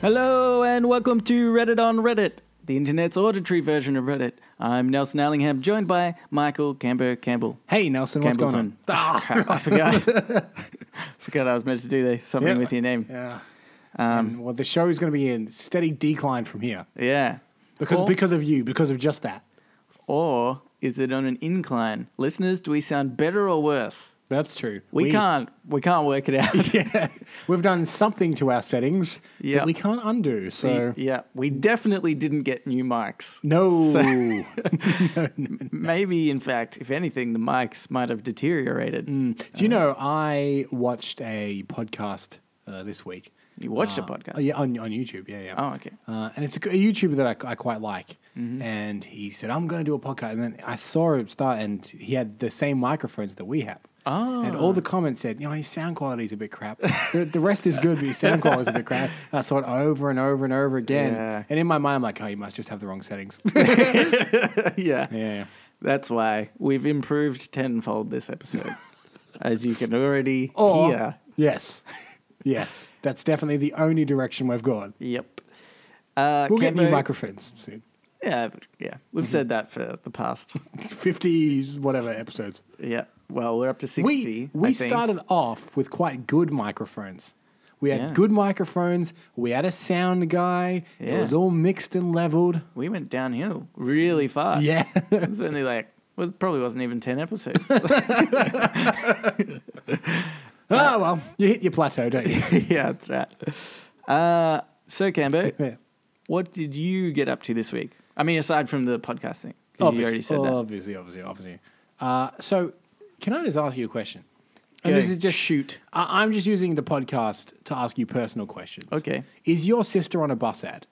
Hello and welcome to Reddit on Reddit, the internet's auditory version of Reddit. I'm Nelson Allingham, joined by Michael Camber Campbell. Hey Nelson, what's going on? Campbellton. Ah, crap, I forgot. forgot I was meant to do the, something Yeah. with your name. Yeah. Um, And, well, the show is going to be in steady decline from here Yeah. because Or- because of you, because of just that. Or is it on an incline? Listeners, do we sound better or worse? That's true. We, can't. We can't work it out. Yeah, we've done something to our settings Yeah. that we can't undo. So yeah, we definitely didn't get new mics. no, So- Maybe, in fact, if anything, the mics might have deteriorated. Hmm. do you know I watched a podcast uh, this week? You watched a Uh, podcast. yeah, on on YouTube. Yeah, yeah. Oh, okay. Uh, and it's a, g- a YouTuber that I, I quite like. Mm-hmm. And he said, I'm going to do a podcast. And then I saw him start, and he had the same microphones that we have. Oh. And all the comments said, you know, his sound quality is a bit crap. the, the rest is good, but his sound quality is a bit crap. And I saw it over and over and over again. Yeah. And in my mind, I'm like, oh, you must just have the wrong settings. yeah. yeah. That's why we've improved tenfold this episode, as you can already Or, hear. yes. Yes. That's definitely the only direction we've gone. Yep. Uh, Mm-hmm. We'll get new Cambo- microphones soon. Yeah, but- yeah. We've said that for the past. 50 whatever episodes. Yeah. Well, we're up to sixty. we we I think. started off with quite good microphones. We had Yeah. good microphones. We had a sound guy. Yeah. It was all mixed and leveled. We went downhill really fast. Yeah. It was only like well, it probably wasn't even ten episodes. oh well, you hit your plateau, don't you? yeah, that's right. Uh, so, Cambo, Yeah. what did you get up to this week? I mean, aside from the podcast thing, 'cause you already said that. obviously, obviously, obviously. Uh, so, can I just ask you a question? And Go. this is just shoot. I, I'm just using the podcast to ask you personal questions. Okay. Is your sister on a bus ad?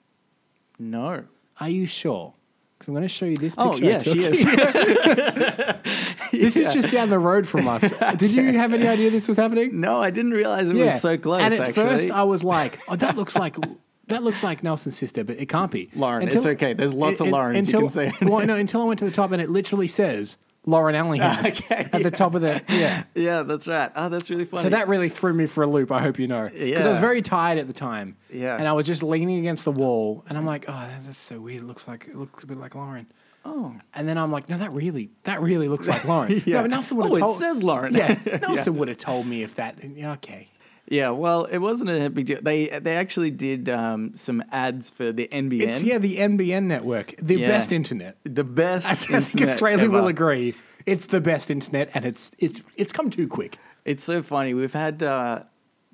No. Are you sure? Because I'm going to show you this picture. Oh, I yeah, she took. is. This is just down the road from us. Did you have any idea this was happening? No, I didn't realize it was so close. And at actually. first, I was like, "Oh, that looks like that looks like Nelson's sister, but it can't be." Lauren, it's okay. There's lots of un- Laurens you Until, can say. well, no, until I went to the top, and it literally says Lauren Allingham Okay, at the top of the yeah. yeah, that's right. Oh, that's really funny. So that really threw me for a loop. I hope you know, because I Yeah. was very tired at the time. Yeah. and I was just leaning against the wall, and I'm like, "Oh, that's, that's so weird. It looks like it looks a bit like Lauren." Oh. And then I'm like, "No, that really, that really looks like Lauren." Yeah. No, but Nelson would have Oh, it told. says Lauren. Yeah, Nelson would have told me if that. yeah, Okay. Yeah, well, it wasn't a big deal. They they actually did um, some ads for the NBN. It's yeah, the NBN network, the Yeah. best internet. The best. I think internet Australia will ever. agree. It's the best internet, and it's it's it's come too quick. It's so funny. We've had uh,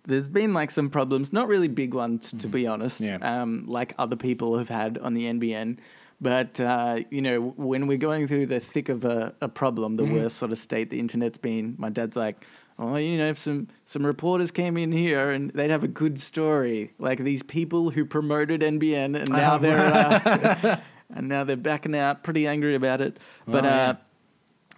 there's been like some problems, not really big ones to be honest. Mm-hmm. Yeah. Um, like other people have had on the NBN, but uh, you know when we're going through the thick of a, a problem, Mm-hmm. the worst sort of state the internet's been. My dad's like. Oh, you know, if some, some reporters came in here and they'd have a good story, like these people who promoted NBN and Oh, now they're uh, and now they're backing out, pretty angry about it. But Oh, yeah. uh,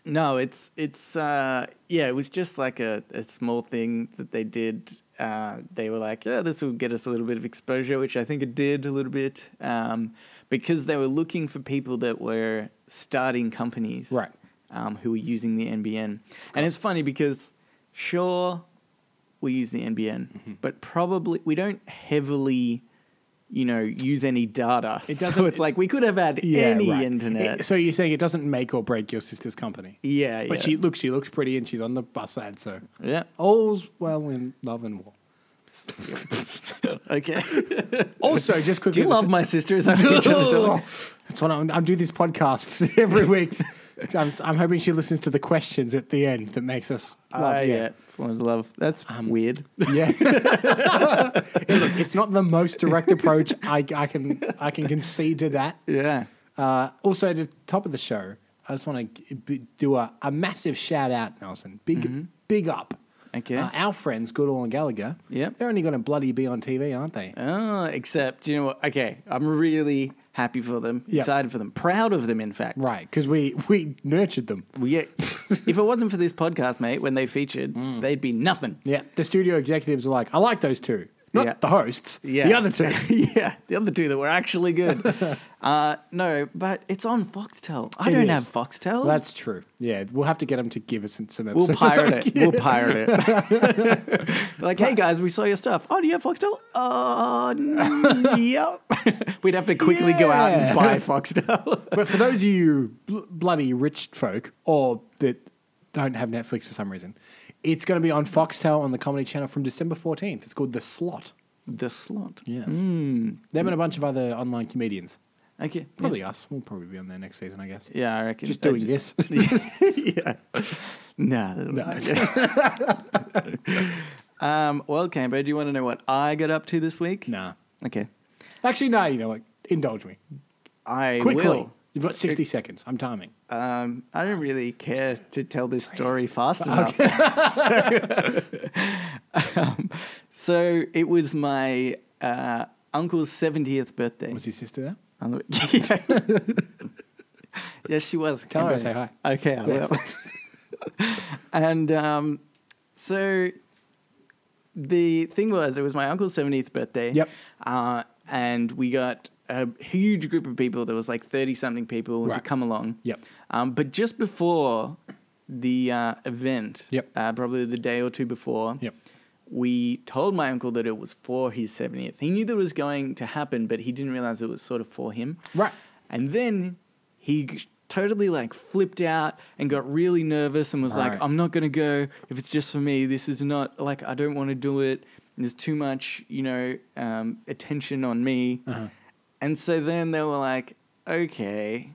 no, it's it's uh, yeah, it was just like a, a small thing that they did. Uh, they were like, yeah, this will get us a little bit of exposure, which I think it did a little bit, um, because they were looking for people that were starting companies, Right. Um, who were using the NBN, and it's funny because sure we use the NBN, Mm-hmm. but probably we don't heavily, you know, use any data. It so doesn't- it's like we could have had any right. internet. It- so you're saying it doesn't make or break your sister's company? yeah, But yeah. she look, she looks pretty, and she's on the bus ad. So yeah. all's well in love and war. Okay. Also, just Do quickly, you love my sister? Is that what you're trying to tell me? That's what I'm. I'm doing this podcast every week. I'm, I'm hoping she listens to the questions at the end that makes us love. Ah, yeah. yeah. Forms of love. That's weird. Yeah, It's- it's not the most direct approach. I, I can I can concede to that. Yeah. Uh, also, at the top of the show, I just want to do a, a massive shout out, Nelson. Big Mm-hmm. big up. Okay. Uh, our friends, Goodall and Gallagher. Yep. Uh, They're only going to bloody be on TV, aren't they? Oh, except, you know what? Okay. I'm really, happy for them, Yeah. excited for them, proud of them, in fact. Right, because we, we nurtured them. We, yeah, if it wasn't for this podcast, mate, when they featured, they'd be nothing. Yeah, the studio executives are like, I like those two. Not Yeah. the hosts, Yeah. the other two. yeah, the other two that were actually good. uh, no, but it's on Foxtel. I It don't is. have Foxtel. That's true. Yeah, we'll have to get them to give us some episodes. We'll pirate it. Yeah. We'll pirate it. like, hey guys, we saw your stuff. Oh, do you have Foxtel? Uh, n- yep. We'd have to quickly go out Yeah. and buy Foxtel. But for those of you bl- bloody rich folk or that don't have Netflix for some reason, it's going to be on Foxtel on the Comedy Channel from December 14th. It's called The Slot. the slot. Yes. Them and a bunch of other online comedians. Okay. Probably us. We'll probably be on there next season, I guess. Yeah, yeah I reckon. Just I doing this. yeah. Nah. that'll be okay. um, well, Cambo, do you want to know what I got up to this week? nah. Okay. Actually, no, you know what? Indulge me. I Quickly. will. You've got 60 seconds. I'm timing. Um, I don't really care to tell this story fast enough. Um, so it was my uh, uncle's 70th birthday. Was your sister there? Um, yeah. yes, she was. Tell her I Kimberly. say hi. Okay, I will. and um, so the thing was, it was my uncle's 70th birthday. Yep. Uh, and we got a huge group of people. There was like 30 something people to Right. come along. Yep. Um, but just before the uh, event, Yep. uh, probably the day or two before, Yep. we told my uncle that it was for his 70th. He knew that it was going to happen, but he didn't realize it was sort of for him. Right. And then he g- totally like flipped out and got really nervous and was like, Right. I'm not going to go if it's just for me. This is not like, I don't want to do it. There's too much, you know, um, attention on me. Uh-huh. And so then they were like, okay,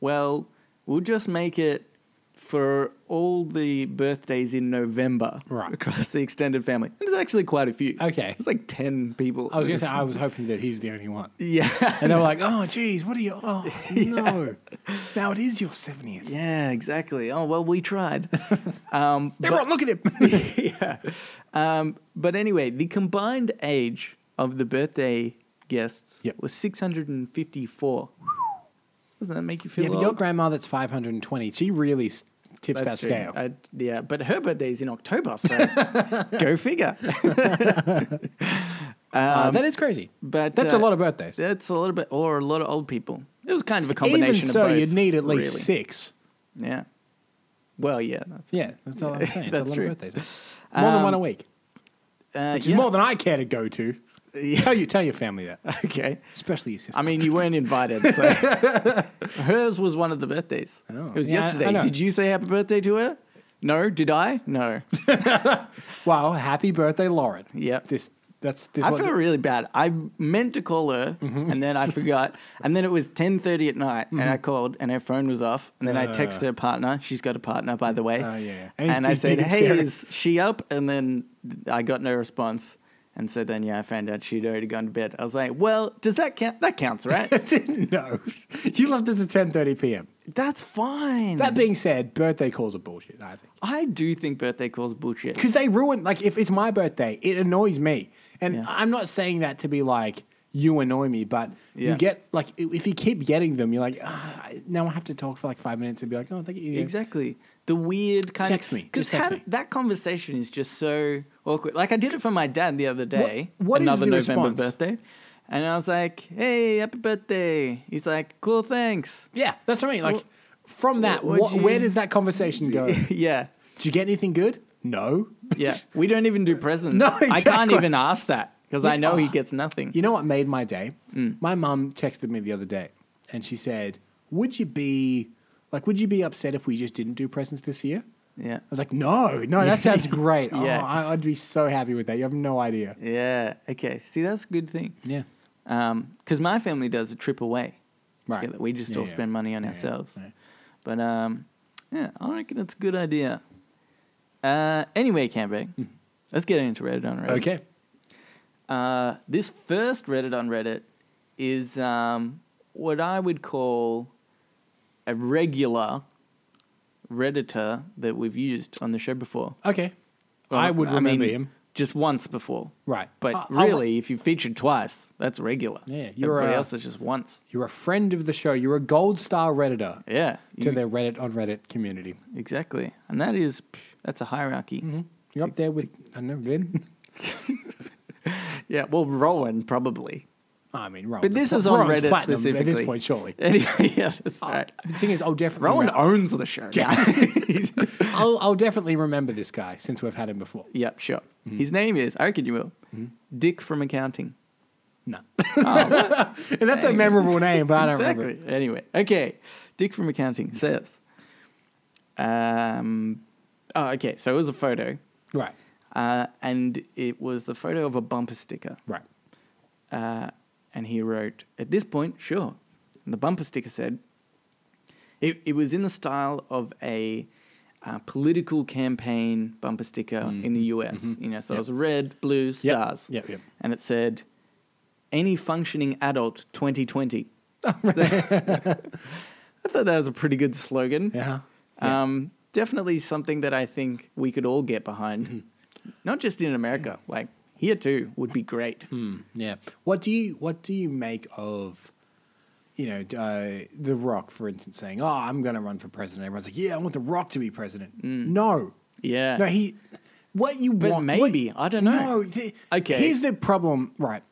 well, we'll just make it for all the birthdays in November Right. across the extended family. And there's actually quite a few. Okay. It's like 10 people. I was going to say, I was hoping that he's the only one. yeah. And they were like, oh, geez, what are you? Oh, no. Now it is your 70th. Yeah, exactly. Oh, well, we tried. um, Everyone, look at him. yeah. Um, but anyway, the combined age of the birthday guests Yep. was 654. Doesn't that make you feel yeah, but old? your grandmother's 520. She really s- tips that true. scale. I- um, yeah, but her birthday's in October, so go figure. Uh, that is crazy. but, that's uh, a lot of birthdays. That's a little bit, or a lot of old people. It was kind of a combination Even of so, both, you'd need at least really. six. Yeah. Well, yeah. That's, Yeah, that's all I'm saying. That's it's a lot true. of birthdays. man. More than one a Um, week, uh, which yeah. is more than I care to go to. Yeah. Tell you, tell your family that, Okay. especially your sister. I mean, you weren't invited. So hers was one of the birthdays. Oh. it was Yeah, I- I yesterday. know. Did you say happy birthday to her? No. Did I? No. wow, happy birthday, Lauren. Yep. This that's this. I what Mm-hmm. felt really bad. I meant to call her, and then I forgot. and then it was ten thirty at night, and I called, and her phone was off. And then I texted her partner. She's got a partner, by the way. Uh. Oh, yeah. And And, he's I said, big, big and "Hey, scary." is she up?" And then I got no response. And so then, yeah, I found out she'd already gone to bed. I was like, "Well, does that count? That counts, right? no, you left it at ten thirty p.m. That's fine." That being said, birthday calls are bullshit. I think. I do think birthday calls are bullshit. because they ruin like if it's my birthday it annoys me and Yeah. i'm not saying that to be like you annoy me but Yeah. you get like i- if you keep getting them you're like ah, now i have to talk for like five minutes and be like oh thank you Exactly. The weird kind Text of me. Because Just text me. that conversation is just so awkward. Like I did it for my dad the other day. what is another the November response? birthday. And I was like, "Hey, happy birthday!" He's like, "Cool, thanks." yeah that's what i mean like Well, from that would what, where you- does that conversation go did yeah, you get anything good no yeah. We don't even do presents. No, I can't exactly. even ask that because I know he gets nothing. You know what made my day? Mm. My mum texted me the other day and she said, Would you be like, would you be upset if we just didn't do presents this year? Yeah. I was like, No, no, that sounds great. Yeah. Oh, I, I'd be so happy with that. You have no idea. Yeah. Okay. See, that's a good thing. Yeah. because Um, my family does a trip away. Right. together. We just Yeah, all yeah. spend money on Yeah, yeah, ourselves. yeah. But um, yeah, I reckon it's a good idea. Uh, anyway, Campbell, let's get into Reddit on Reddit. Hmm. Okay. Uh, this first Reddit on Reddit is um, what I would call a regular Redditor that we've used on the show before. Okay. Well, I would I remember mean, him. just once before. Right. But I- I- really, if you featured twice, that's regular. Yeah, you're uh, Everybody a- else is just once. You're a friend of the show. You're a gold star redditor Yeah. to You- their Reddit on Reddit community. exactly. And that is, that's a hierarchy. Mm-hmm. You're up there with. I've never been. Yeah. Well, Rowan probably. I mean, Rowan's But this a- is on Rowan's Reddit platinum at specifically. this point, surely. Uh, Anyway, yeah, that's right. The thing is, I'll definitely. Rowan remem- owns the show. Yeah. I'll, I'll definitely remember this guy since we've had him before. yep, sure. Mm-hmm. His name is, I reckon you will, Dick from accounting. No, and that's a memorable name, but I don't remember. exactly. Anyway, okay. Dick from accounting says, um, oh, okay. So it was a photo, it. Right, uh, and it was the photo of a bumper sticker. right. Uh, and he wrote, at this point, sure. And the bumper sticker said, it, it was in the style of a uh, political campaign bumper sticker in the US. You know, so it was red, blue, stars. Mm-hmm. Yep, yep. And it said, any functioning adult 2020. Oh, I thought that was a pretty good slogan. Yeah. Um, definitely something that I think we could all get behind, Mm-hmm. not just in America. Like here too would be great. Hmm, yeah. What do you What do you make of, you know, uh, The Rock, for instance, saying, "Oh, I'm going to run for president." Everyone's like, "Yeah, I want The Rock to be president." No, Yeah. no, he. What you Mm. Uh, But want? maybe, what- I don't know. No, th- Okay. Mm-hmm. Here's the problem, right?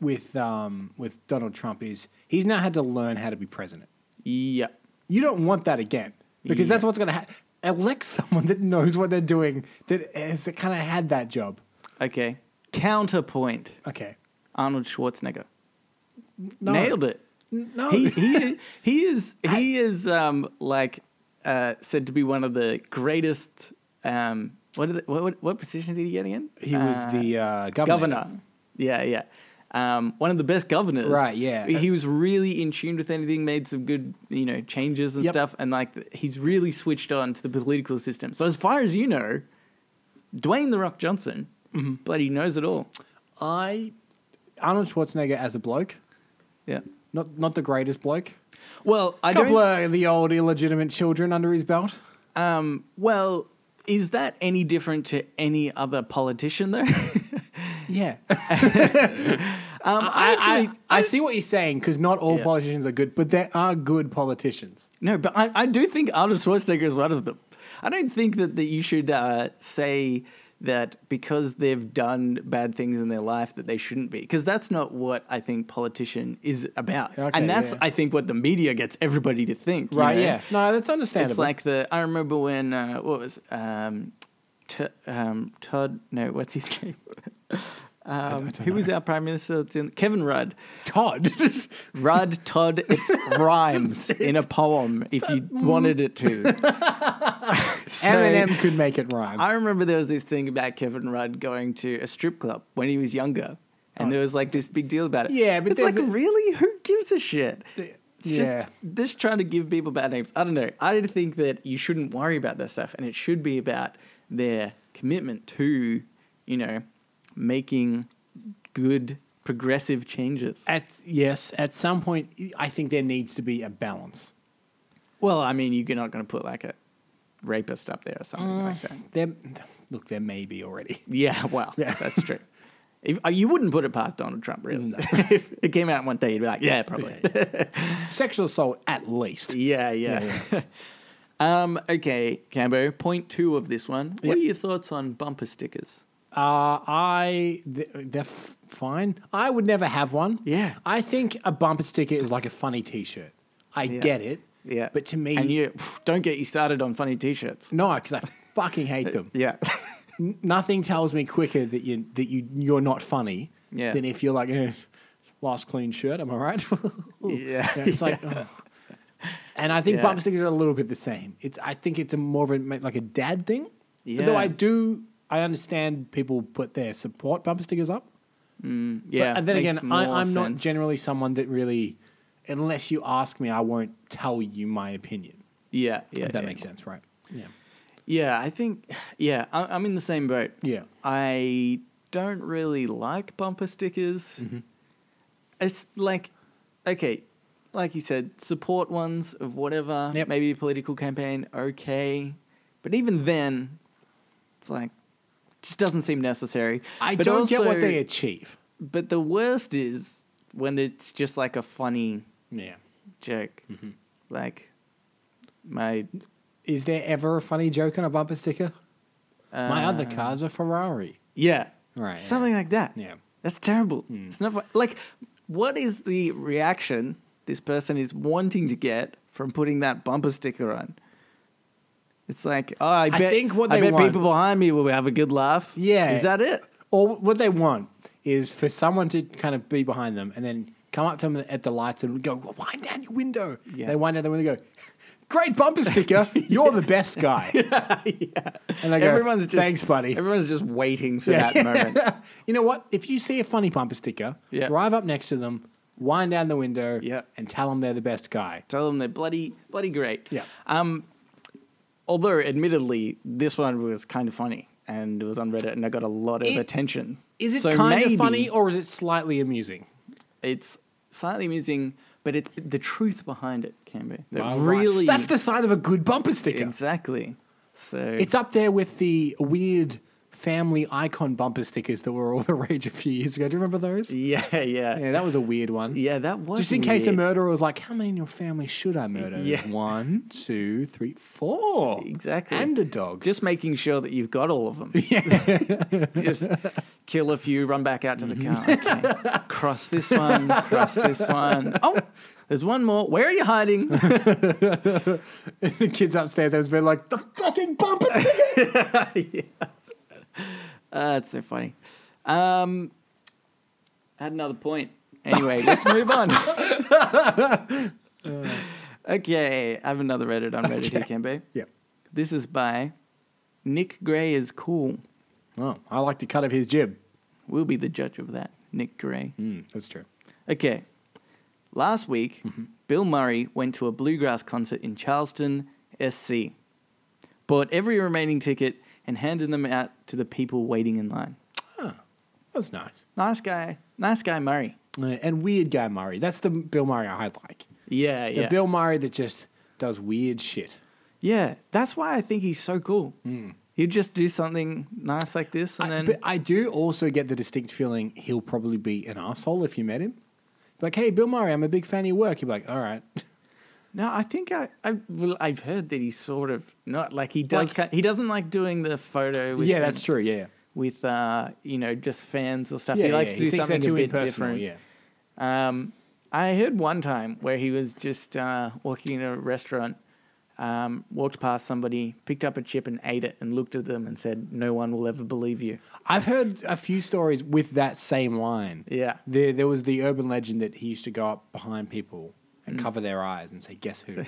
With um, with Donald Trump is he's now had to learn how to be president. yeah. You don't want that again because that's what's going to happen. Elect someone that knows what they're doing that has kind of had that job. Okay. Counterpoint: Okay, Arnold Schwarzenegger No. nailed it. no, He he he is he is um like uh said to be one of the greatest um what did what, what what position did he get again? He was Uh, the uh, governor. governor. Yeah, yeah. Um, one of the best governors. Right, yeah. He was really in tune with anything, made some good, you know, changes and Yep. stuff. And like, he's really switched on to the political system. So, as far as you know, Dwayne The Rock Johnson, Mm-hmm. bloody knows it all. I Arnold Schwarzenegger as a bloke, Yeah. not not the greatest bloke. Well, I A couple don't. of the old illegitimate children under his belt. Um, well, is that any different to any other politician, though? Yeah, um, I, actually. I, see what you're saying because not all Yeah. politicians are good, but there are good politicians. No, but I, I do think Arnold Schwarzenegger is one of them. I don't think that, that you should uh, say that because they've done bad things in their life that they shouldn't be, because that's not what I think politician is about. Okay, and that's, yeah. I think, what the media gets everybody to think. you know? No, that's understandable. It's like the, I remember when, uh, what was, um, T- um, Todd, no, what's his name? Um, who was our prime minister? Kevin Rudd. Todd. Rudd Todd it rhymes in a poem if you wanted it to. So, Eminem could make it rhyme. I remember there was this thing about Kevin Rudd going to a strip club when he was younger, and there was like this big deal about it. Oh. Yeah, but it's like there's a- really, who gives a shit? It's yeah. just just trying to give people bad names. I don't know. I think that you shouldn't worry about that stuff, and it should be about their commitment to, you know, making good progressive changes. at yes, at some point, I think there needs to be a balance. Well, I mean, you're not going to put like a rapist up there or something like that. There, look, there may be already. Yeah, well, Yeah. that's true. If, uh, you wouldn't put it past Donald Trump, really. if it came out one day, you'd be like, yeah, probably. Sexual assault, at least. Yeah, yeah. um, okay, Cambo, point two of this one. What Yep. are your thoughts on bumper stickers? Uh, I th- they're f- fine. I would never have one. Yeah. I think a bumper sticker is like a funny T-shirt. I get it. Yeah. but to me, And you don't get you started on funny t shirts. no, because I fucking hate them. Yeah. N- Nothing tells me quicker that you that you you're not funny Yeah. than if you're like eh, last clean shirt. Am I right? yeah. Yeah, it's like. ugh. And I think Yeah. bumper stickers are a little bit the same. It's I think it's a more of a ma- like a dad thing. Yeah. Though I do I understand people put their support bumper stickers up. yeah. and then makes again, I, more I'm not sense. generally someone that really, unless you ask me, I won't tell you my opinion. Yeah, yeah. if that yeah. makes sense, right? Yeah. Yeah, I think, yeah, I, I'm in the same boat. Yeah. I don't really like bumper stickers. Mm-hmm. It's like, okay, like you said, support ones of whatever, Yep. maybe a political campaign, okay. But even then, it's like, Just doesn't seem necessary. I But don't get what also- they achieve. But the worst is when it's just like a funny Yeah. joke. Mm-hmm. Like my Is there ever a funny joke on a bumper sticker? uh, My other car's a Ferrari. yeah, Right, yeah. something like that. Yeah. Hmm. that's terrible. It's not fu- like what is the reaction this person is wanting to get from putting that bumper sticker on? It's like, oh, I I bet, think what I they bet want- people behind me will have a good laugh. Yeah. is that it? Or what they want is for someone to kind of be behind them and then come up to them at the lights and go, wind down your window. Yeah. They wind down the window and go, great bumper sticker. You're the best guy. And they go, everyone's just thanks, buddy. Everyone's just waiting for that moment. you know what? If you see a funny bumper sticker, Yeah. drive up next to them, wind down the window, Yeah. and tell them they're the best guy. Tell them they're bloody, bloody great. Yeah. Um, although, admittedly, this one was kind of funny and it was on Reddit and I got a lot of It- attention. Is it So kind maybe of funny or is it slightly amusing? It's slightly amusing, but it's the truth behind it can be. That Wow, right. really. That's the sign of a good bumper sticker. Exactly. So. It's up there with the weird family icon bumper stickers that were all the rage a few years ago. Do you remember those? yeah, yeah. Yeah, Yeah, that was a weird one. that was. Just in case a weird. murderer was like, how many in your family should I murder? Yeah. One, two, three, four. Exactly. And a dog. Just making sure that you've got all of them. Just kill a few, run back out to the car. Okay. cross this one, cross this one. Oh, there's one more. Where are you hiding? the kids upstairs has been like, the fucking bumper sticker. Ah, that's so funny. Um, I had another point. Anyway, let's move on. okay, I have another Reddit on Reddit here, Kembe. yep. This is by Nick Gray is cool. Oh, I like to cut up his jib. We'll be the judge of that, Nick Gray. Mm, that's true. Okay. Last week, Mm-hmm. Bill Murray went to a bluegrass concert in Charleston, SC, bought every remaining ticket, and handed them out to the people waiting in line. That's nice. Ah, Nice guy. Nice guy, Murray. Uh, And weird guy Murray. That's the Bill Murray I like. Yeah, The Bill Murray that just does weird shit. yeah, that's why I think he's so cool. He'd just do something nice like this, and Hmm. I, then but I do also get the distinct feeling he'll probably be an asshole if you met him. Like, hey, Bill Murray, I'm a big fan of your work. You're like, all right. no, I think I, I well, I've heard that he's sort of not like he does. Like- kind, he doesn't like doing the photo. With yeah, the- that's true. Yeah, With uh, you know, just fans or stuff. yeah, he likes yeah, to do thinks they're something a too bit impersonal, different. Yeah, Um, I heard one time where he was just uh, walking in a restaurant, um, walked past somebody, picked up a chip and ate it, and looked at them and said, "No one will ever believe you." I've heard a few stories with that same line. Yeah. There, there was the urban legend that he used to go up behind people and Mm. cover their eyes and say, "Guess who?"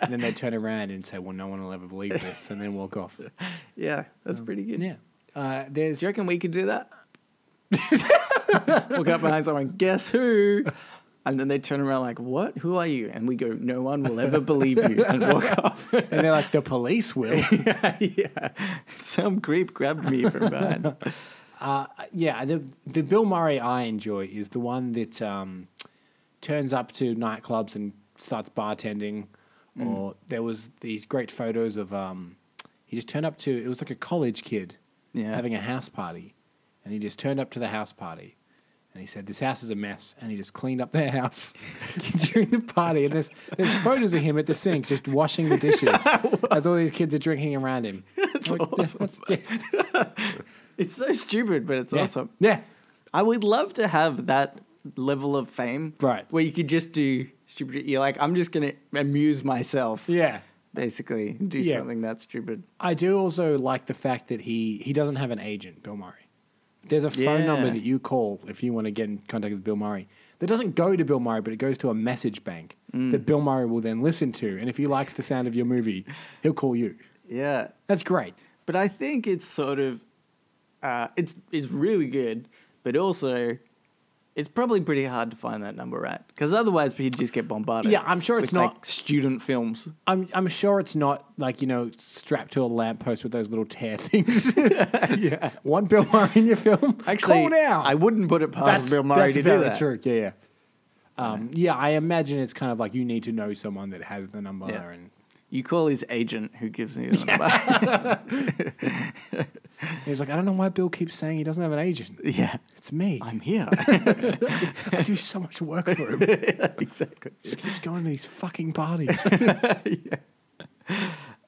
And then they turn around and say, "Well, no one will ever believe this," and then walk off. Um, Yeah, that's pretty good. Yeah, uh, there's Do you reckon we could do that? Look up behind someone, guess who? And then they turn around like, "What? Who are you?" And we go, "No one will ever believe you," and walk off. and they're like, "The police will." yeah, some creep grabbed me from behind. Uh, yeah, the the Bill Murray I enjoy is the one that um, turns up to nightclubs and starts bartending. Mm. Or there was these great photos of um, he just turned up to it was like a college kid Yeah. having a house party, and he just turned up to the house party, and he said this house is a mess, and he just cleaned up their house during the party. And there's there's photos of him at the sink just washing the dishes as all these kids are drinking around him. That's awesome, It's so stupid, but it's yeah. awesome. Yeah. I would love to have that level of fame, Right. Where you could just do stupid. You're like, I'm just gonna amuse myself, Yeah. basically, do Yeah. something that's stupid. I do also like the fact that he he doesn't have an agent, Bill Murray. There's a phone Yeah. number that you call if you want to get in contact with Bill Murray. That doesn't go to Bill Murray, but it goes to a message bank Mm. that Bill Murray will then listen to. And if he likes the sound of your movie, he'll call you. Yeah, That's great. but I think it's sort of, uh, it's it's really good, but also. It's probably pretty hard to find that number, right? Because otherwise, we'd just get bombarded. Yeah, I'm sure it's with, like, not- student films. I'm I'm sure it's not like you know strapped to a lamppost with those little tear things. yeah, one Bill Murray in your film. Actually, call now. I wouldn't put it past Bill Murray that's to do very that. true. Yeah, yeah. Um, yeah, I imagine it's kind of like you need to know someone that has the number Yeah. and You call his agent, who gives you the number. He's like, I don't know why Bill keeps saying he doesn't have an agent. Yeah. It's me. i I'm here. do so much work for him. exactly. Just keeps going to these fucking parties.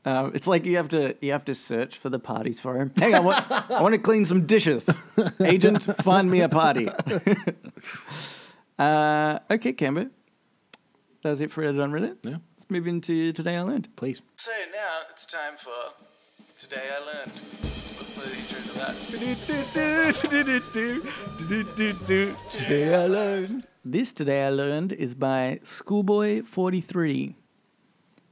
Um, it's like you have to you have to search for the parties for him. Hang on, what, I want to clean some dishes. Agent, find me a party. uh, okay, Camber. That was it for Reddit on Reddit. Yeah. Let's move into Today I Learned. Please. So now it's time for Today I Learned. Let's play the intro to that. Today I Learned. This Today I Learned is by Schoolboy43.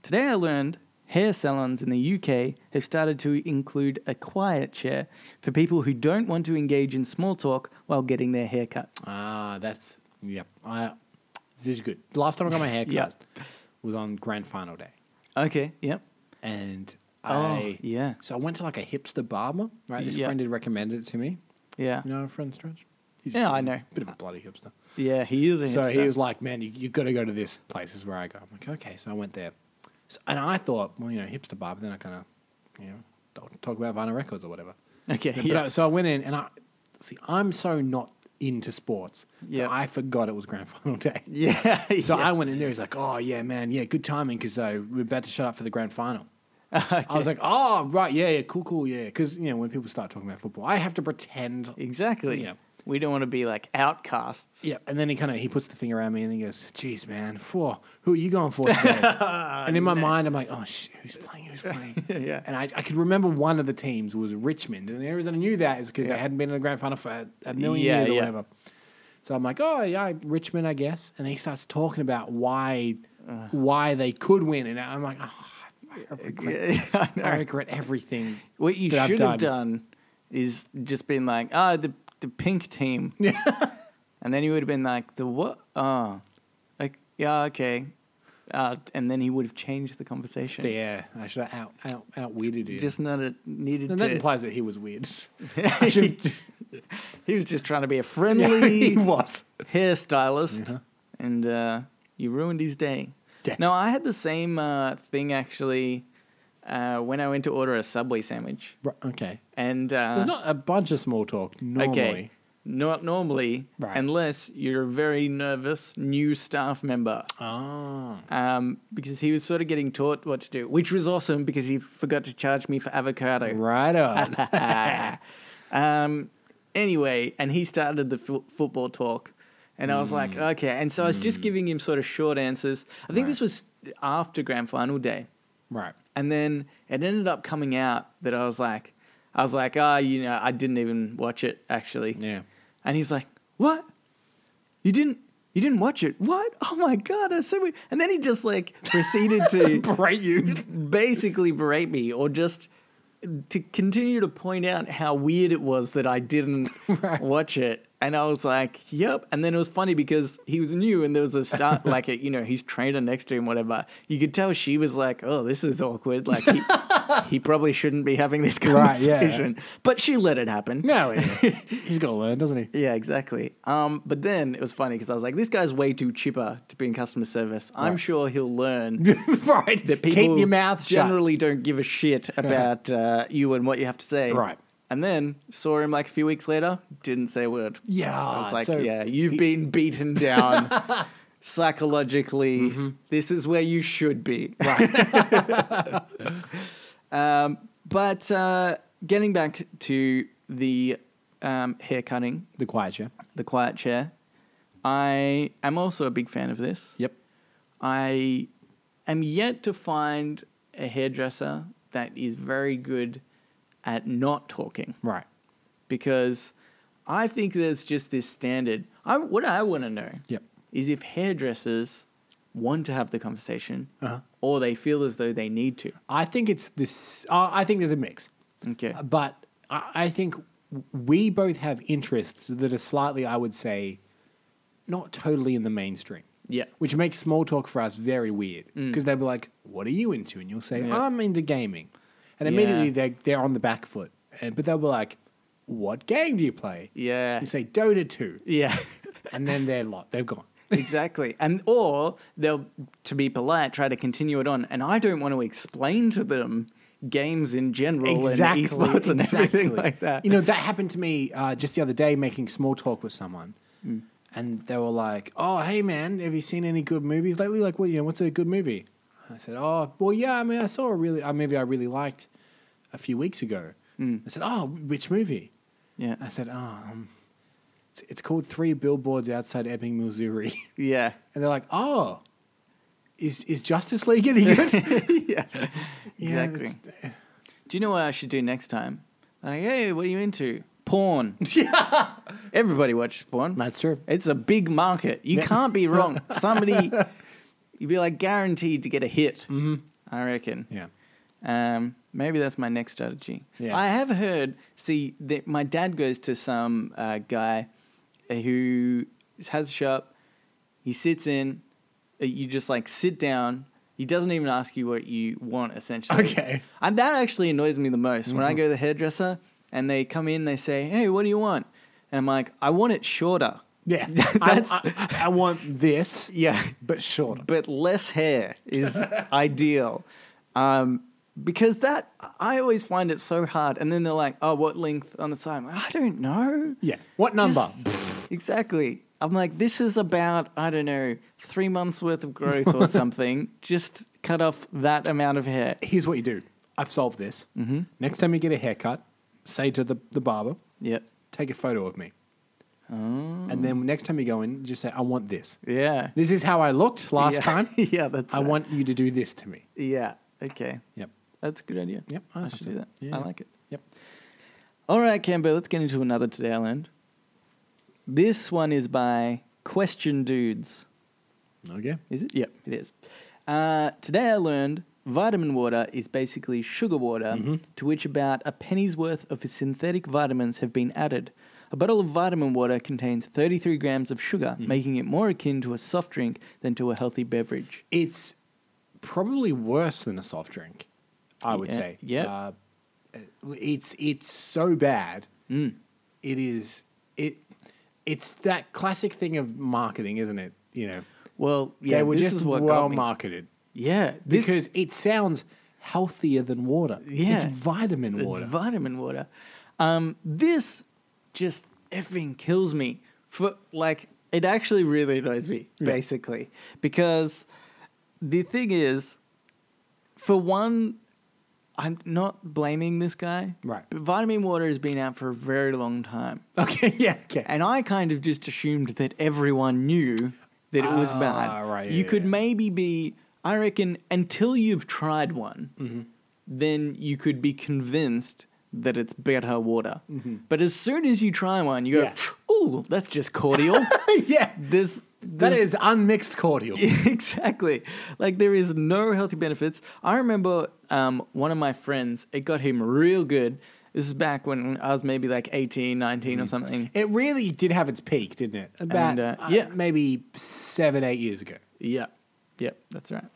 Today I learned hair salons in the UK have started to include a quiet chair for people who don't want to engage in small talk while getting their hair cut. Ah, that's yep. I, this is good. Last time I got my hair cut Yeah. was on grand final day, Okay, yep. and Oh, I yeah. So I went to like a hipster barber. Right, this Yeah. friend had recommended it to me. Yeah. You know, our friend Stretch. He's Yeah, a, I know. Bit of a bloody hipster. Yeah, he is a So hipster. he was like, "Man, you you got to go to this place. Is where I go." I'm like, "Okay." So I went there, so, and I thought, well, you know, hipster barber. Then I kind of, you know, talk- talk about vinyl records or whatever. Okay, But yeah. I- so I went in, and I see. I'm so not into sports. that Yeah. I forgot it was grand final day. yeah. So yeah. I went in there. He's like, "Oh yeah, man, yeah, good timing because uh, we're about to shut up for the grand final." I was like, "Oh right, yeah, yeah, cool, cool, yeah." Because you know when people start talking about football, I have to pretend. exactly. Yeah. We don't want to be like outcasts. Yeah, and then he kind of he puts the thing around me and he goes, "Jeez, man, whoa, who are you going for today?" and in my mind, I'm like, "Oh shit, who's playing? Who's playing?" Yeah. And I, I could remember one of the teams was Richmond, and the reason I knew that is because Yeah. they hadn't been in the grand final for a, a million Yeah, years or yeah. whatever. So I'm like, "Oh yeah, I- Richmond, I guess." And he starts talking about why Uh. why they could win, and I'm like, oh, I, regret, Yeah, I know. I regret everything." What you that I've should have done is just been like, ah, the the pink team. and then he would have been like, the what? Oh, like, yeah, okay. Uh, and then he would have changed the conversation. Yeah, I should have out out out weirded you. Just not a, needed and to. that implies that he was weird. I should've- he was just trying to be a he friendly was. hairstylist, and uh, you ruined his day. Death. No, I had the same uh, thing actually uh, when I went to order a Subway sandwich, Right, okay. and uh, There's not a bunch of small talk normally. Okay. Not normally, Right. unless you're a very nervous new staff member. Ah. Um, because he was sort of getting taught what to do, which was awesome because he forgot to charge me for avocado. Right on. Um, anyway, and he started the fu- football talk. And I was like, Hmm. okay. And so I was just giving him sort of short answers. I think this was after grand final day. right. And then it ended up coming out that I was like, I was like, ah, you know, I didn't even watch it actually. Yeah. And he's like, "What? You didn't? You didn't watch it? What? Oh my god, that's so weird!" And then he just like proceeded to Right, you. basically berate me, or just to continue to point out how weird it was that I didn't watch it. And I was like, "Yep." And then it was funny because he was new, and there was a start like a you know his trainer next to him, whatever. You could tell she was like, "Oh, this is awkward. Like he, he probably shouldn't be having this Right, yeah. conversation." But she let it happen. No, yeah. he's got to learn, doesn't he? Yeah, exactly. Um, but then it was funny because I was like, this guy's way too chipper to be in customer service. I'm sure he'll learn right. that people Keep your mouth shut. generally don't give a shit about uh, you and what you have to say. Right. And then saw him like a few weeks later, didn't say a word. Yeah. I was like, Ah, so- Mm-hmm. yeah, you've been beaten down psychologically. This is where you should be. Right. Um, but uh, getting back to the um, hair cutting the quiet chair. the quiet chair. I am also a big fan of this. Yep. I am yet to find a hairdresser that is very good at not talking Right. because I think there's just this standard. I, what I want to know Yep. is if hairdressers want to have the conversation Uh-huh. or they feel as though they need to. I think it's this. Uh, I think there's a mix, Okay. but I, I think we both have interests that are slightly, I would say, not totally in the mainstream. Yeah. which makes small talk for us very weird because they'll be like, "What are you into?" and you'll say, Mm. Yeah. "I'm into gaming," and Yeah. immediately they're they're on the back foot. And, but they'll be like, "What game do you play?" Yeah. You say Dota two, Yeah. and then they're lot they've gone. exactly. And or they'll to be polite try to continue it on and I don't want to explain to them games in general and esports and everything like that. You know, that happened to me uh, just the other day making small talk with someone. Mm. And they were like, "Oh, hey man, have you seen any good movies lately? Like, what you know, what's a good movie?" I said, "Oh, well, yeah. I mean, I saw a really a movie I really liked a few weeks ago." Mm. I said, "Oh, which movie?" yeah, I said, "Oh, um, it's, it's called Three Billboards Outside Ebbing, Missouri." yeah, And they're like, "Oh, is is Justice League any good?" yeah, Yeah, exactly. do you know what I should do next time? Like, hey, what are you into? Porn. Everybody watches porn. That's true. It's a big market. You Yeah. can't be wrong. Somebody, you'd be like guaranteed to get a hit. Mm-hmm. I reckon. Yeah. Um, maybe that's my next strategy. Yeah. I have heard. See, that my dad goes to some uh, guy uh, who has a shop. He sits in. uh, You just like sit down. He doesn't even ask you what you want. Essentially, Okay. Mm-hmm. And that actually annoys me the most when I go to the hairdresser and they come in. They say, "Hey, what do you want?" And I'm like, "I want it shorter." Yeah. That's- I, I, I want this, Yeah. but shorter. but less hair is ideal. Um, because that, I always find it so hard. And then they're like, oh, what length on the side? I'm like, I don't know. Yeah. What number? Just- exactly. I'm like, this is about, I don't know, three months worth of growth or something. Just cut off that amount of hair. Here's what you do. I've solved this. Mm-hmm. Next time you get a haircut, say to the, the barber, Yep. take a photo of me. Oh. And then next time you go in, just say, I want this. Yeah. This is how I looked last Yeah. time. yeah, that's I right. want you to do this to me. Yeah. Okay. Yep. That's a good idea. Yep, I I, have should to- do that. yeah. I like it. Yep. All right, Camber, let's get into another Today I Learned. This one is by Question Dudes. Okay. Is it? Yep, it is. Uh, today I learned vitamin water is basically sugar water to which about a penny's worth of synthetic vitamins have been added. A bottle of vitamin water contains 33 grams of sugar, making it more akin to a soft drink than to a healthy beverage. It's probably worse than a soft drink, I would Yeah, say. yep. Uh, it's it's so bad. Mm. It is it it's that classic thing of marketing, isn't it? You know, Well, yeah, they were this just is what well got me. marketed yeah, this because it sounds healthier than water. it's Yeah. vitamin It's water. vitamin water. Um, this just effing kills me. For like, it actually really annoys me, basically, because the thing is, for one, I'm not blaming this guy. Right. But vitamin water has been out for a very long time, okay, yeah, okay. and I kind of just assumed that everyone knew that it was Ah, bad. right, you yeah, could yeah. maybe be, I reckon, until you've tried one Mm-hmm. then you could be convinced that it's better water. But as soon as you try one, you go, Mm-hmm. Yeah. uh, "Ooh, that's just cordial." yeah, this, that this is unmixed cordial. exactly like there is no healthy benefits. I remember um, one of my friends; it got him real good. This is back when I was maybe like 18, 19 Mm-hmm. or something. It really did have its peak, didn't it? About And, uh, yeah, yeah. maybe seven, eight years ago. Yeah, yeah, that's right.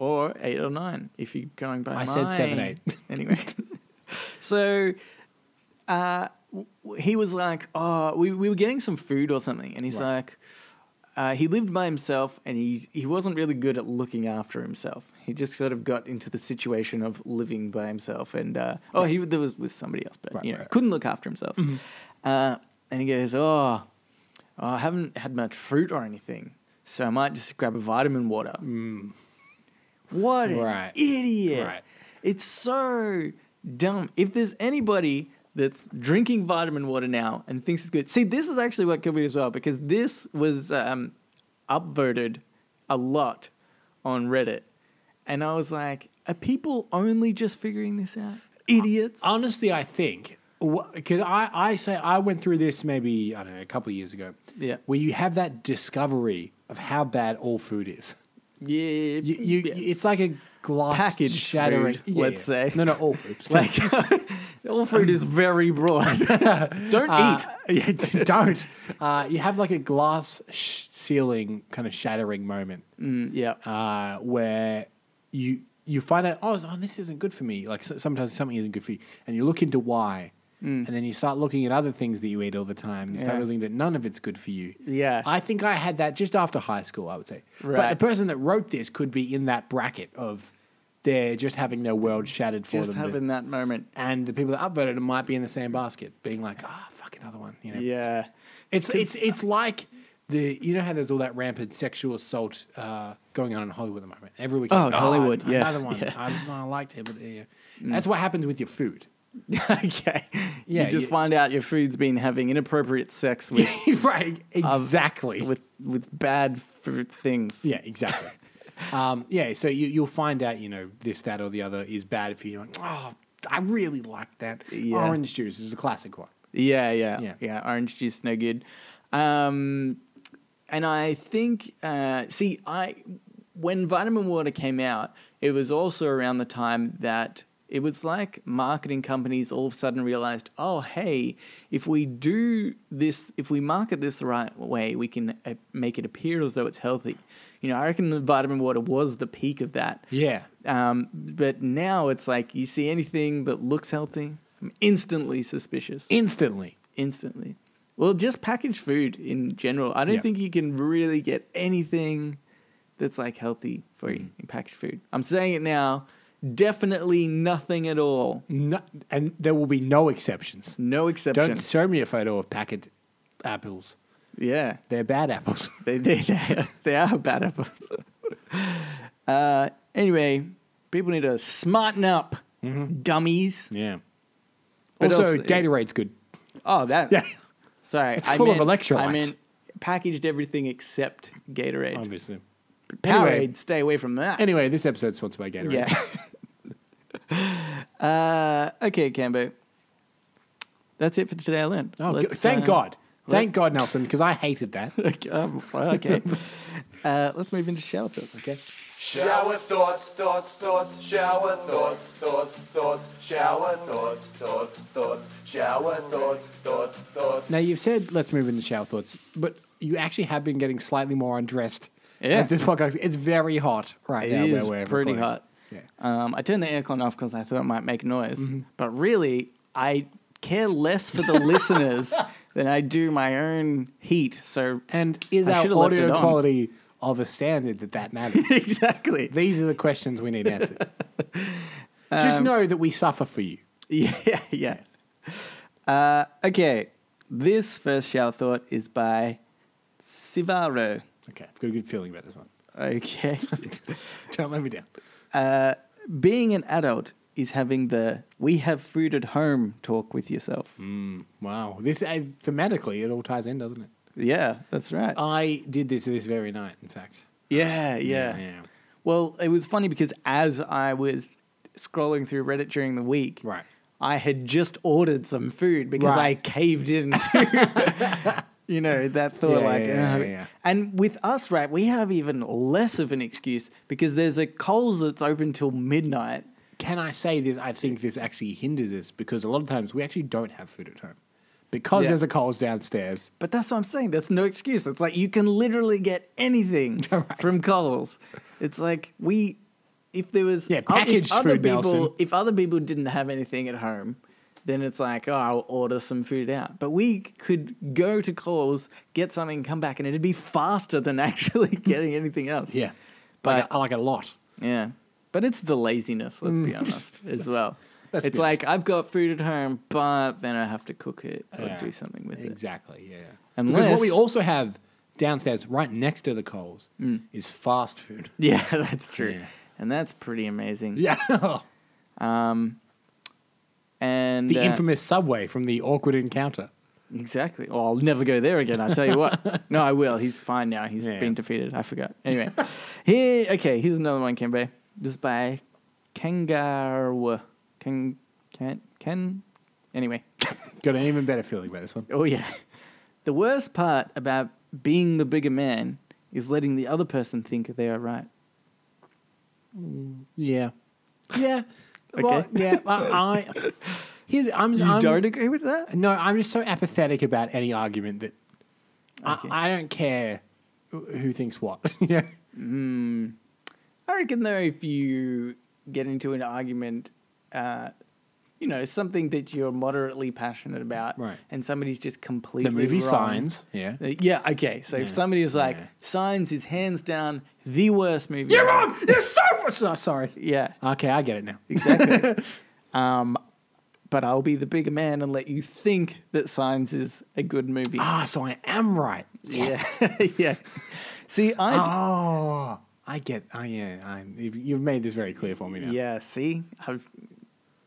Or eight or nine, if you're going by. I said seven, mine. anyway, so uh, w- w- he was like, "Oh, we we were getting some food or something," and he's Right. like, uh, "He lived by himself, and he he wasn't really good at looking after himself. He just sort of got into the situation of living by himself, and uh, oh, he there was with somebody else, but Right, you know, right. Mm-hmm. couldn't look after himself." Uh, and he goes, "Oh." oh, I haven't had much fruit or anything, so I might just grab a vitamin water. What an Mm. Right. idiot! Right. It's so dumb. If there's anybody that's drinking vitamin water now and thinks it's good, see, this is actually what killed me as well because this was um, upvoted a lot on Reddit, and I was like, are people only just figuring this out? Idiots. Honestly, I think because I, I say I went through this maybe I don't know a couple of years ago. Yeah. where you have that discovery of how bad all food is. yeah, You, you yeah. it's like a glass Packaged shattering. food, let's say. no, no, all food. like all food is very broad. Don't eat. eat. Uh, don't. Uh, you have like a glass sh- ceiling kind of shattering moment. Mm, yeah. uh, where you you find out oh, oh this isn't good for me like so- sometimes something isn't good for you and you look into why and then you start looking at other things that you eat all the time you start Mm. Yeah. realizing that none of it's good for you Yeah. i think i had that just after high school i would say but the Right. person that wrote this could be in that bracket of they're just having their world shattered for Just them. having that moment. and the people that upvoted it might be in the same basket, being like, "Ah, fuck another one." You know, Yeah. it's it's it's like the you know how there's all that rampant sexual assault uh, going on in Hollywood at the moment. Every week, Oh, Hollywood, yeah, another one. yeah. Mm. I, I liked it, but yeah. that's what happens with your food. okay. Yeah, You just you- find out your food's been having inappropriate sex with right? Exactly. Um, with with bad f- things. yeah, exactly. um, yeah, so you you'll find out you know this that or the other is bad for you. You're Like, oh, I really like that. Yeah. Orange juice is a classic one. Yeah, yeah, yeah. Yeah. orange juice, no good. Um, and I think, uh, see, I when vitamin water came out, it was also around the time that it was like marketing companies all of a sudden realized, oh, hey, if we do this, if we market this the right way, we can uh, make it appear as though it's healthy. You know, I reckon the vitamin water was the peak of that. Yeah, Um, but now it's like you see anything that looks healthy, I'm instantly suspicious instantly. instantly. Well, just packaged food in general. I don't Yeah. think you can really get anything that's like healthy for you Mm. in packaged food. I'm saying it now. Definitely nothing at all. No, and there will be no exceptions. No Don't exceptions. show me a photo of packet apples. yeah, They're bad apples. they they they, they are bad apples. uh, anyway, people need to smarten up, Mm-hmm. dummies. Yeah. But also, also- Gatorade's good. Oh, that. Yeah. Sorry, It's I full of meant- I electrolytes. meant packaged everything except Gatorade. Obviously. Powerade, Anyway. stay away from that. Anyway, this episode's sponsored by Gatorade. Yeah. uh, okay, Cambo. That's it for today. I learned. Oh, good. Let's, thank uh, God. Thank God, Nelson, because I hated that. Okay. um, okay. uh, let's move into shower thoughts. Okay. Shower thoughts, thoughts, thoughts, shower thoughts, thoughts, thoughts, shower thoughts, thoughts, thoughts, shower thoughts, thoughts, thoughts. Now, you've said let's move into shower thoughts, but you actually have been getting slightly more undressed Yeah. as this podcast. It's very hot right It now. is where we're pretty recording. hot. Yeah. Um, I turned the aircon off because I thought it might make noise, but really, I care less for the listeners than I do my own heat. So And is I our should've left it audio on. quality of a standard that that matters? exactly. These are the questions we need answered. Um, Just know that we suffer for you. Yeah, yeah. Uh, okay, this first shower thought is by Sivaro. Okay, I've got a good feeling about this one. Okay. Don't let me down. uh, being an adult is having the we have food at home talk with yourself. Mm, Wow, this uh, thematically it all ties in, doesn't it? Yeah, that's right. I did this this very night, in fact. Uh, yeah, yeah, yeah. Well, it was funny because as I was scrolling through Reddit during the week, Right. I had just ordered some food because I Right. caved in to, you know, that thought Yeah, like, yeah, "Oh." yeah, yeah. and with us, right, we have even less of an excuse because there's a Coles that's open till midnight. Can I say this? I think this actually hinders us because a lot of times we actually don't have food at home because Yeah. there's a Coles downstairs. But that's what I'm saying. That's no excuse. It's like you can literally get anything from Coles. It's like we, if there was oh, Yeah, if packaged other food, people, Nelson. if other people didn't have anything at home, then it's like oh, I'll order some food out. But we could go to Coles, get something, come back, and it'd be faster than actually getting anything else. Yeah, But- but I like a lot. yeah. But it's the laziness. Let's Mm. be honest as well. let's it's be like I've got food at home, but then I have to cook it or Yeah. do something with it. Exactly. Yeah. because Unless- what we also have downstairs, right next to the Coles, Mm. is fast food. Yeah, that's true. Yeah. And that's pretty amazing. Yeah. And the uh, infamous Subway from the awkward encounter. exactly. Oh, I'll never go there again. I tell you what. no, I will. He's fine now. He's Yeah. been defeated. I forgot. Anyway, here. Okay, here's another one, Kembe. This is by Kangaroo. Can can can. Anyway. Got an even better feeling about this one. Oh yeah. The worst part about being the bigger man is letting the other person think they are right. Yeah. Yeah. Okay. Well, yeah. I, I here's, I'm, You I'm, don't agree with that? No, I'm just so apathetic about any argument that Okay. I, I don't care wh- who thinks what. yeah. Hmm. I reckon though, if you get into an argument, uh, you know, something that you're moderately passionate about, Right. and somebody's just completely The movie wrong. Signs. Yeah. Uh, Yeah, okay. So if Yeah. somebody is like, Yeah. Signs is hands down the worst movie. You're ever." wrong. You're so. so- sorry. Yeah, Okay, I get it now. exactly. um, but I'll be the bigger man and let you think that Signs is a good movie. Ah, so I am right. Yes. Ah, Yeah. yeah. See, I. Oh, I get. Oh, yeah. I, you've you've made this very clear for me now. Yeah, see, I've,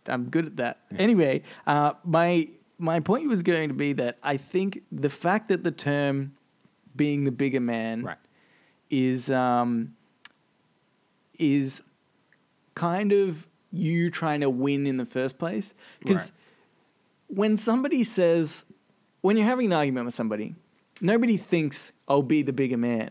I'm good at that. Anyway, uh, my my point was going to be that I think the fact that the term being the bigger man Right. is um, is kind of you trying to win in the first place because when somebody says when you're having an argument with somebody nobody thinks i'll be the bigger man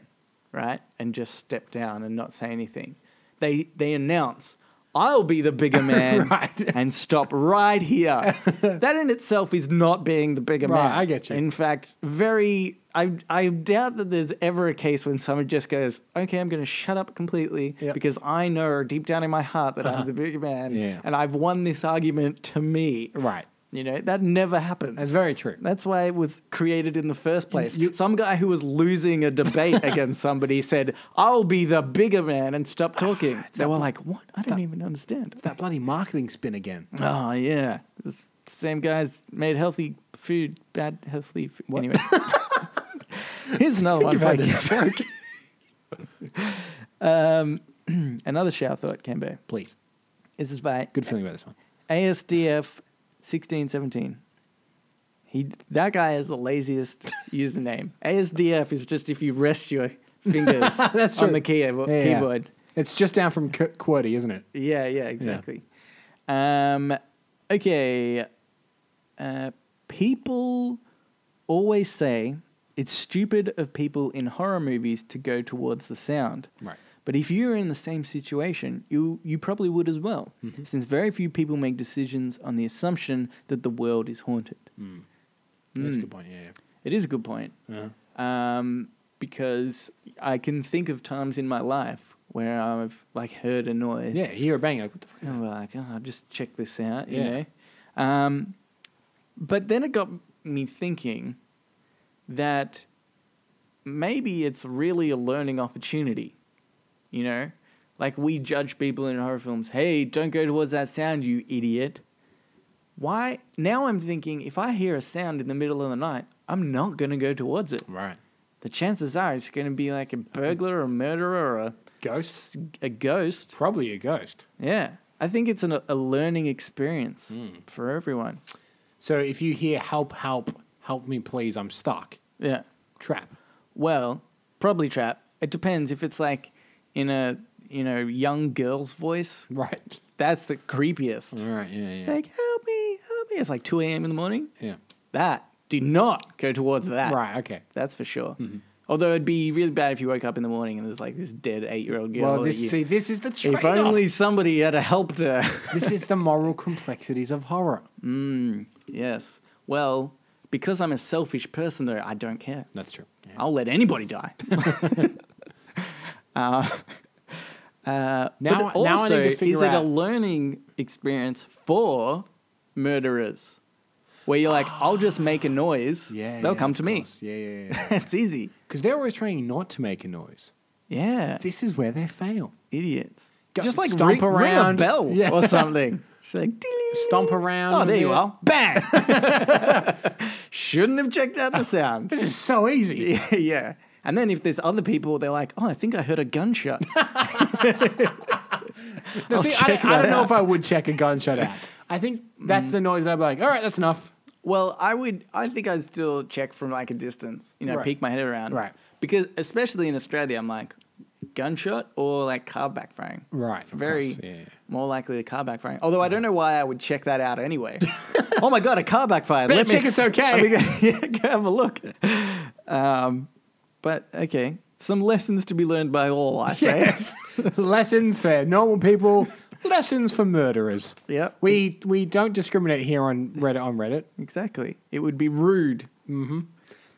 right and just step down and not say anything they they announce i'll be the bigger man Right. and stop right here that in itself is not being the bigger Right, man I get you. in fact very I, I doubt that there's ever a case when someone just goes okay i'm going to shut up completely Yep. Uh-huh. because i know deep down in my heart that i'm the bigger man Yeah. and i've won this argument to me Right. you know, that never happens. That's very true. That's why it was created in the first place. you- Some guy who was losing a debate against somebody said, I'll be the bigger man and Ah, stop talking. they were like, What? I don't even understand. It's that bloody marketing spin again. Oh, yeah. It's the Same guys made healthy food, bad healthy food. Anyway. Here's another one. You've had for you. this joke. Another shower thought, Cambo. Please. This is by Good feeling about this one. ASDF sixteen seventeen. He that guy is the laziest username. ASDF is just if you rest your fingers That's on true. the keyboard. Yeah, yeah. keyboard. It's just down from Qu- QWERTY, isn't it? Yeah, yeah, exactly. Um, okay. Uh, people always say it's stupid of people in horror movies to go towards the sound. Right. But if you're in the same situation, you, you probably would as well, Mm-hmm. since very few people make decisions on the assumption that the world is haunted. Mm. That's a good point. Yeah. It is a good point yeah. Hmm. Uh-huh. um, because I can think of times in my life where I've like heard a noise. Yeah. Hear a bang. Like, what the fuck? And we're like, oh, I'll just check this out, you Yeah. know. Um, but then it got me thinking that maybe it's really a learning opportunity, you know. Like we judge people in horror films, hey, don't go towards that sound, you idiot. Why? Now I'm thinking if I hear a sound in the middle of the night, I'm not going to go towards it. Right. The chances are it's going to be like a burglar, a murderer, or a Ghost. a ghost. Probably a ghost. Yeah. I think it's an, a learning experience Hmm. for everyone. So if you hear help, help, help me, please, I'm stuck. Yeah. Trap. Well, probably trap. It depends if it's like in a, you know, young girl's voice. Right. That's the creepiest. All right. Mm, Yeah. It's Yeah. like, help me, help me. It's like 2 a.m. in the morning. yeah. That. Do not go towards that. Ah. Right. Mm-hmm. Okay. That's for sure. Although it'd be really bad if you woke up in the morning and there's like this dead eight year old girl. Well, that this, you- see, this is the trade if only somebody had helped her. this is the moral complexities of horror. yes. Well, because I'm a selfish person, though, I don't care. That's true. Yeah. I'll let anybody die. Now, but also, now I need to figure is it out. a learning experience for murderers? Where you're like, I'll just make a noise. yeah, they'll yeah, come of to me. course. Yeah, yeah, yeah. it's easy. Because they're always trying not to make a noise. Yeah, This is where they fail. idiots. Go- just like stomp ring, ring a around. bell Yeah. or something. She's like, "Ding." Stomp around. Oh, there and you they're- are. Bang. Shouldn't have checked out the sound. This is so easy. yeah, yeah. And then if there's other people, they're like, oh, I think I heard a gunshot. Now, see, I, check I that don't know out. if I would check a gunshot out. I think that's the noise I'd be like, all right, that's enough. Well, I would. I think I'd still check from like a distance. You know, Right. peek my head around. Right. Because especially in Australia, I'm like gunshot or like car backfiring. Right, It's of very course, yeah. more likely the car backfiring. Although I don't know why I would check that out anyway. oh my god, a car backfired. Better Let me check it's okay. Let me go- yeah, go have a look. Um, but okay, some lessons to be learned by all. I say. lessons for normal people, lessons for murderers. Yep. We we don't discriminate here on Reddit on Reddit. exactly. It would be rude. The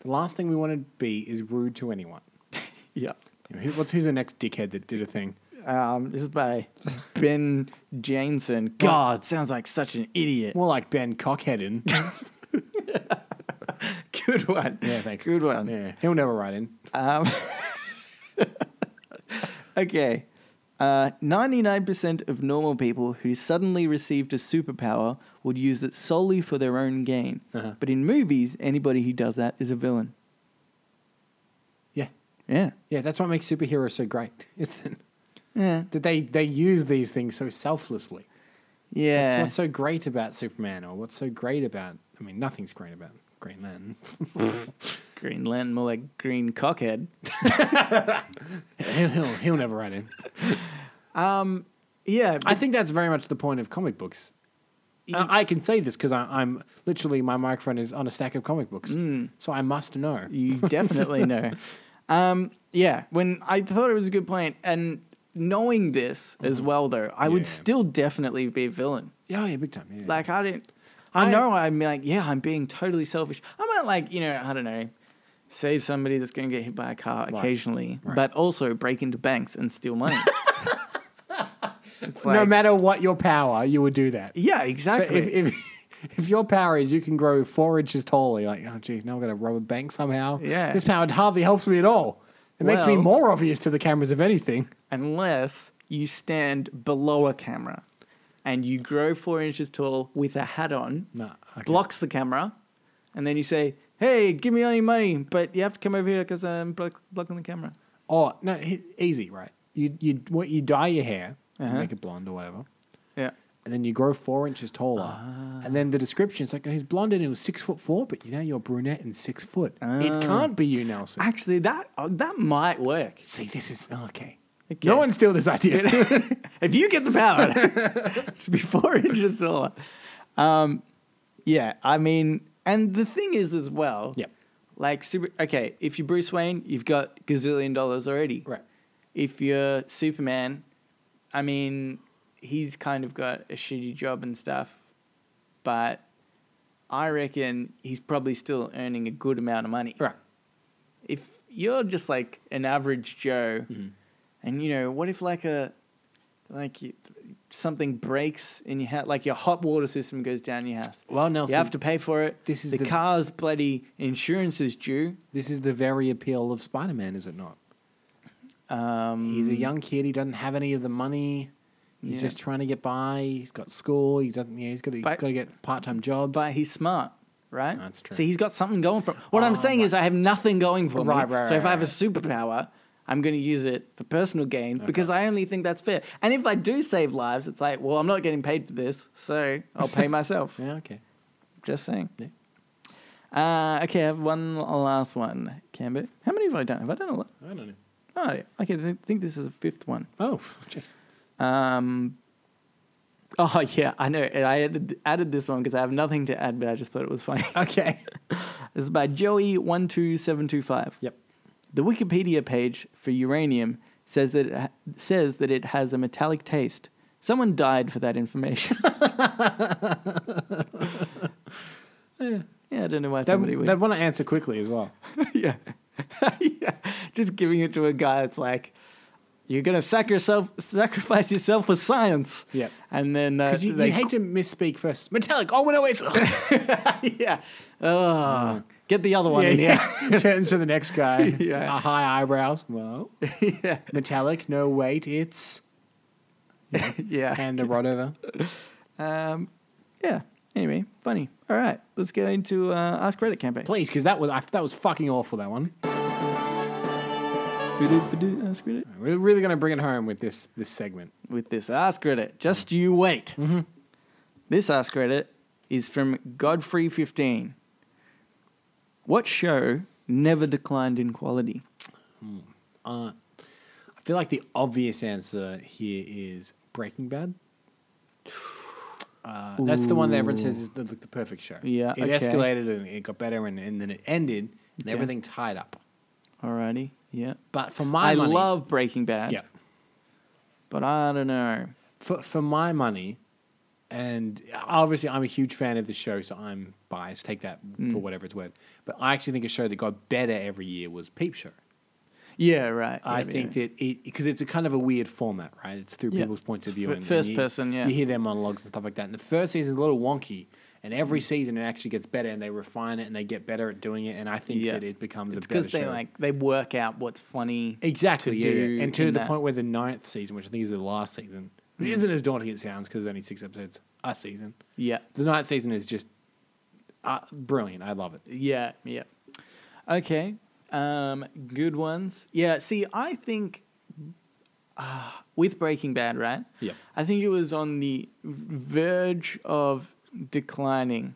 last thing we want to be is rude to anyone. Yeah. You know, who- What's who's the next dickhead that did a thing? Um, this is by Ben Jameson. God, sounds like such an idiot. More like Ben Cockheadin. Good one. Yeah, thanks. Good one. yeah, he'll never write in. Um, okay. Uh, 99% of normal people who suddenly received a superpower would use it solely for their own gain. Uh-huh. But in movies, anybody who does that is a villain. Yeah, Yeah. yeah, that's what makes superheroes so great. Is that, Yeah. that they they use these things so selflessly. That's Yeah. what's so great about Superman, or what's so great about. I mean, nothing's great about Green Lantern. Green Lantern, more like Green Cockhead. he'll, he'll, he'll never write in. Yeah. I think that's very much the point of comic books. E I, I can say this because I'm literally my microphone is on a stack of comic books, Mm. so I must know. You definitely know. Um, yeah, when I thought it was a good point, and knowing this as well, though, I Mm-hmm. Yeah. would still definitely be a villain. Yeah, yeah, big time. Yeah, Like I didn't, I- I know I'm like, yeah, I'm being totally selfish. I might like, you know, I don't know, save somebody that's going to get hit by a car occasionally, Right. but also break into banks and steal money. it's no like- matter what your power, you would do that. yeah, So exactly. if, if if your power is you can grow four inches taller, you're like, oh geez, now I've got to rob a bank somehow. Yeah. this power hardly helps me at all. It makes me Well- more obvious to the cameras if anything. unless you stand below a camera and you grow four inches tall with a hat on, No, okay. blocks the camera, and then you say, "Hey, give me all your money," but you have to come over here because I'm block- blocking the camera. Oh no, he- easy, right? You you what you dye your hair, Uh-huh. make it blonde or whatever. Yeah, and then you grow four inches taller. Ah. And then the description is like, oh, he's blonde and he was six foot four, but you know you're brunette and six foot. Ah. It can't be you, Nelson. actually, that uh, that might work. See, this is oh, okay. Okay. No one steal this idea. if you get the power to be four inches taller. Um, yeah, I mean, and the thing is as well. Yep. Like super. Okay, if you're Bruce Wayne, you've got gazillion dollars already. Right. If you're Superman, I mean, he's kind of got a shitty job and stuff, but I reckon he's probably still earning a good amount of money right. if you're just like an average Joe, Mm-hmm. and you know, what if like a like you, something breaks in your house, like your hot water system goes down in your house. Well, Nelson, you have to pay for it. this is the, the- car's bloody insurance is due. this is the very appeal of Spider Man, is it not? Um, He's a young kid. He doesn't have any of the money. He's Yeah. just trying to get by. He's got school. He doesn't. Yeah, he's got to, But- got to get part time jobs. but he's smart, right? That's true. Oh See, he's got something going for. What I'm saying is, I have nothing going for Right, me. right, so if right, I have a right. superpower, I'm going to use it for personal gain because I only think that's fair. And if I do save lives, it's like, well, I'm not getting paid for this, so I'll pay myself. yeah, okay. Just saying. Yeah. Uh, okay, I have one last one, Camber. How many have I done? Have I done a lot? I don't know. Oh, yeah. okay. I think this is the fifth one. Oh, jeez. Um, oh, yeah, I know. And I added, added this one because I have nothing to add, but I just thought it was funny. Okay. this is by Joey12725. yep. The Wikipedia page for uranium says that it ha- says that it has a metallic taste. Someone died for that information. yeah, I don't know why somebody They would. want to answer quickly as well. yeah. yeah. Just giving it to a guy that's like, you're going to sac yourself, sacrifice yourself for science. Yep. And then uh, Because you, they you hate to misspeak first. Metallic. Oh, no, wait. yeah. Oh, get the other one in here. yeah. Turns to the next guy. Yeah. Uh, high eyebrows. Well, metallic. No, wait. It's yeah. and the rod over. Um, yeah. Anyway, funny. All right. Let's go into uh, Ask Reddit campaign. Please, because that was I, that was fucking awful. That one. Ba-do-ba-do, Ask Reddit. We're really going to bring it home with this this segment. With this Ask Reddit. Just you wait. This Ask Reddit is from Godfrey15. What show never declined in quality? I feel like the obvious answer here is Breaking Bad. Uh, that's the one that everyone says is the, the perfect show. Yeah, It okay. escalated and it got better and, and then it ended and Okay. everything tied up. Alrighty. Yeah. But for my I money, love Breaking Bad. yeah. But I don't know. for for my money, and obviously I'm a huge fan of the show, so I'm Mm. biased. Take that for whatever it's worth. But I actually think a show that got better every year was Peep Show. Yeah, right. I Yeah, think yeah. that it because it's a kind of a weird format, right? It's through Yeah. people's points of view. F- and- and first you- person, yeah. You hear their monologues and stuff like that. And the first season's a little wonky, and Mm. every season it actually gets better, and they refine it and they get better at doing it. And I think Yeah. that it becomes it's a better because they show. like they work out what's funny. exactly, to yeah, yeah. do and to in the that- point where the ninth season, which I think is the last season, which isn't as daunting as it sounds because there's only six episodes a season. Yeah, The ninth season is just uh, brilliant. I love it. yeah, yeah. Okay, um, good ones. Yeah. See, I think uh, with Breaking Bad, right? Yep. I think it was on the verge of declining.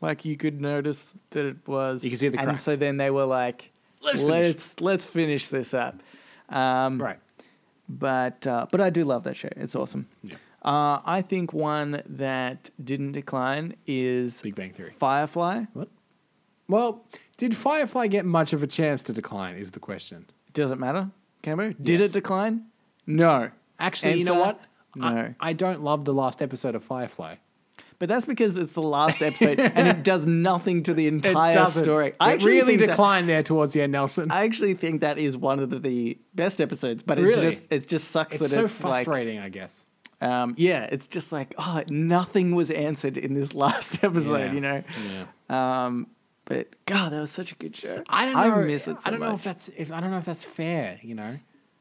Like you could notice that it was. You could see the And cracks. so then they were like, Let's "Let's finish. let's, finish this up." Um, Right. But uh, but I do love that show. It's awesome. Yeah. Uh, I think one that didn't decline is Big Bang Theory. Firefly. What? Well, did Firefly get much of a chance to decline? Is the question. Doesn't matter, Cambo. Did Yes. it decline? No. Actually, you Answer? know what? No. I, I don't love the last episode of Firefly. But that's because it's the last episode and it does nothing to the entire story. I actually really think that- declined there towards the end, Nelson. I actually think that is one of the, the best episodes, but it Really? just it just sucks it's that so it's frustrating, I guess. like um, yeah, it's just like oh, nothing was answered in this last episode, Yeah. you know. Yeah. Um, but God, that was such a good show. I don't know. I miss it. So I don't know much. if that's if I don't know if that's fair. You know.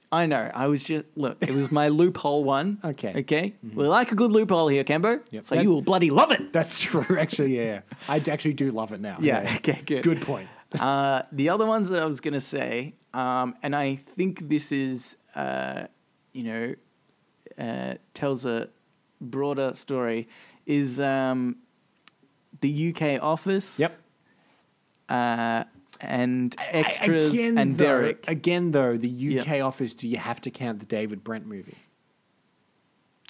I know. I was just look. It was my loophole one. Okay. Mm-hmm. Okay. We like a good loophole here, Cambo. Yep. So That- you will bloody love it. That's true. Actually, yeah. I d- actually do love it now. Yeah. Okay. Good. Good point. uh, the other ones that I was going to say, um, and I think this is, uh, you know, uh, tells a broader story, is um, the UK Office. Yep. Uh, and I- extras and though- Derek. Again, though, the Yeah. UK office. Do you have to count the David Brent movie?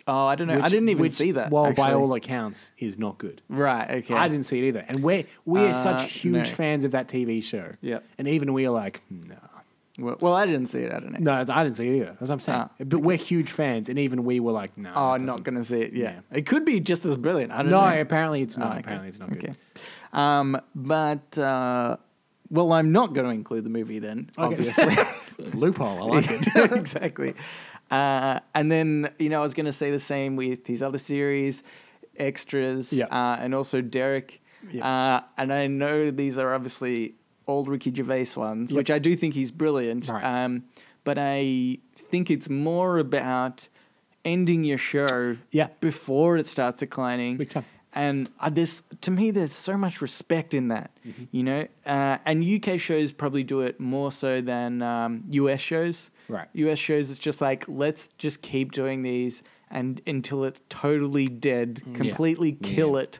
oh, I don't know. I Which- didn't even which, see that. Well, by actually. all accounts, is not good. right. Okay. I didn't see it either. And we're we're Uh, such huge no. fans of that TV show. Yeah. And even we're like, no, Well, well, I didn't see it. I don't know. no, I didn't see it either. That's what I'm saying. Ah, but we're huge fans, and even we were like, no. Oh, that I'm not doesn't- going to see it. Yeah. Yeah. It could be just as brilliant. I don't No, know. apparently it's Oh, not. okay. Apparently it's not good. Okay. Um, but, uh, well, I'm not going to include the movie then, obviously. Loophole. I like it. exactly. Uh, and then, you know, I was going to say the same with these other series, extras, Yeah. uh, and also Derek. Yeah. Uh, and I know these are obviously old Ricky Gervais ones, Yep. which I do think he's brilliant. Right. Um, but I think it's more about ending your show Yeah. before it starts declining. Big time. And I, this, to me, there's so much respect in that, Mm-hmm. you know. Uh, and UK shows probably do it more so than um, US shows. Right. US shows, it's just like let's just keep doing these and until it's totally dead, Mm, completely kill it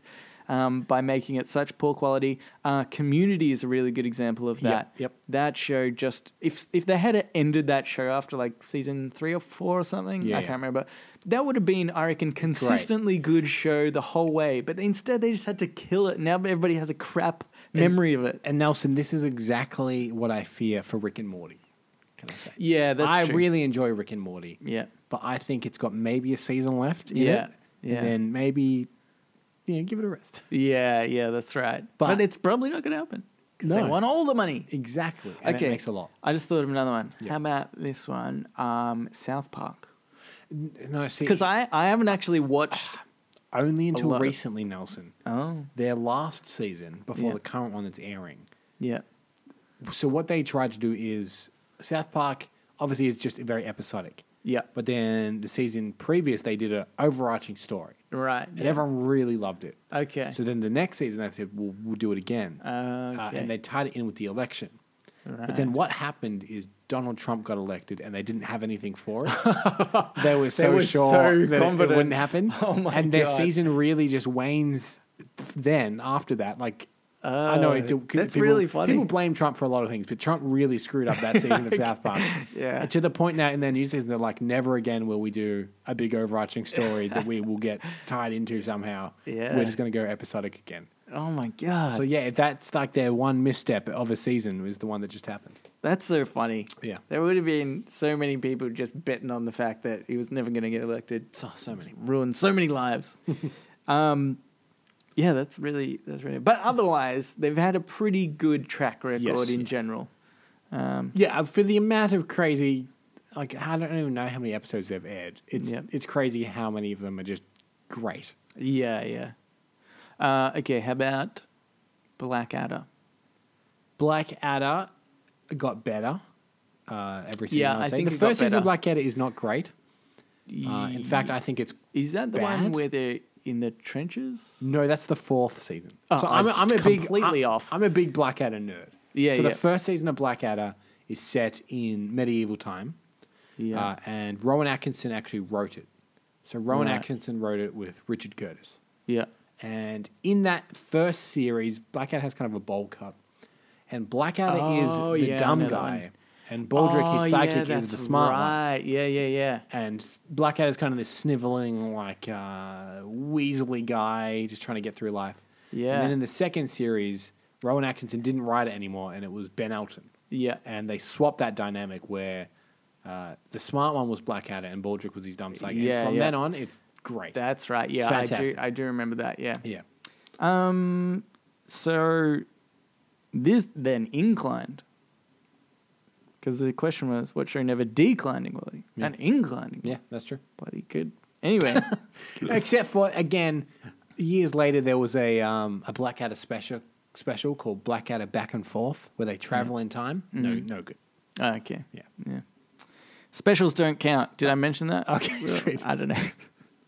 um, by making it such poor quality. Uh, Community is a really good example of Yep, that. yep. That show just if if they had ended that show after like season three or four or something, Yeah, I yeah. can't remember. That would have been, I reckon, consistently good show the whole way. But instead, they just had to kill it. Now everybody has a crap memory of it. and Nelson, this is exactly what I fear for Rick and Morty. Can I say? Yeah, that's I true. really enjoy Rick and Morty. yeah. but I think it's got maybe a season left. In Yeah, it, yeah. And then maybe, you know, give it a rest. Yeah, yeah, that's right. But, But- it's probably not going to happen because they No. want all the money. Exactly. And okay, It makes a lot. I just thought of another one. Yeah. How about this one? Um, South Park. No, see, Because I, I haven't actually watched. only until lot of- recently, Nelson, Oh, their last season before Yeah. the current one that's airing. yeah, So what they tried to do is South Park obviously is just very episodic, yeah, but then the season previous they did an overarching story, right. and everyone really loved it. Okay. So then the next season they said we'll, we'll do it again, uh, Okay. and they tied it in with the election. right. But then what happened is Donald Trump got elected and they didn't have anything for it. they were so were sure so that it- it, confident. wouldn't happen. Oh my and their God. season really just wanes then after that. Like, I know it's a, Oh, that's people- really funny. People blame Trump for a lot of things, but Trump really screwed up that season of South Park. Yeah. To the point now in their news season, they're like, never again will we do a big overarching story that we will get tied into somehow. Yeah. We're just going to go episodic again. oh my god, So, yeah, that's like their one misstep of a season was the one that just happened. that's so funny. Yeah. there would have been so many people just betting on the fact that he was never going to get elected. So, so many. ruined so many lives. um, yeah, that's really that's really. But otherwise, they've had a pretty good track record in yeah. general. Um, Yeah, uh, for the amount of crazy, like I don't even know how many episodes they've aired. It's Yep. it's crazy how many of them are just great. yeah, yeah. Uh, okay, how about Blackadder? Blackadder got better. Uh, every season, Yeah, I'd I say. think the it got first season better. of Blackadder is not great. Uh, in fact, I think it's Is that the one bad? where they're in the trenches? No, that's the fourth season. Oh, so I'm I'm, a- I'm a just big completely I'm- off. I'm a big Blackadder nerd. Yeah, So yeah. the first season of Blackadder is set in medieval time, Yeah. uh, and Rowan Atkinson actually wrote it. So Rowan Right. Atkinson wrote it with Richard Curtis, yeah. and in that first series, Blackadder has kind of a bowl cut, and Blackadder Oh, is the yeah, I dumb know that guy, one. and Baldric, Oh, his yeah, psychic, is that's the smart one right. Yeah, yeah, yeah. and Blackadder's kind of this sniveling, like uh, weaselly guy, just trying to get through life. Yeah. And then in the second series, Rowan Atkinson didn't write it anymore, and it was Ben Elton, Yeah. and they swapped that dynamic where uh, the smart one was Blackadder and Baldric was his dumb psychic. Yeah, and from yeah. then on, it's great. That's right. Yeah, I do fantastic. I do remember that. Yeah. yeah. Um so this then inclined. Cuz the question was what show never declined in quality? Yeah. And inclined. Yeah, that's true. Bloody good. Anyway, Except for again, years later there was a um, a Blackadder special special called Blackadder Back and Forth where they Mm. travel in time. No, no good. oh, okay. Yeah. Oh. Yeah. Specials don't count. Did I mention that? Okay, Well, sweet. I don't know.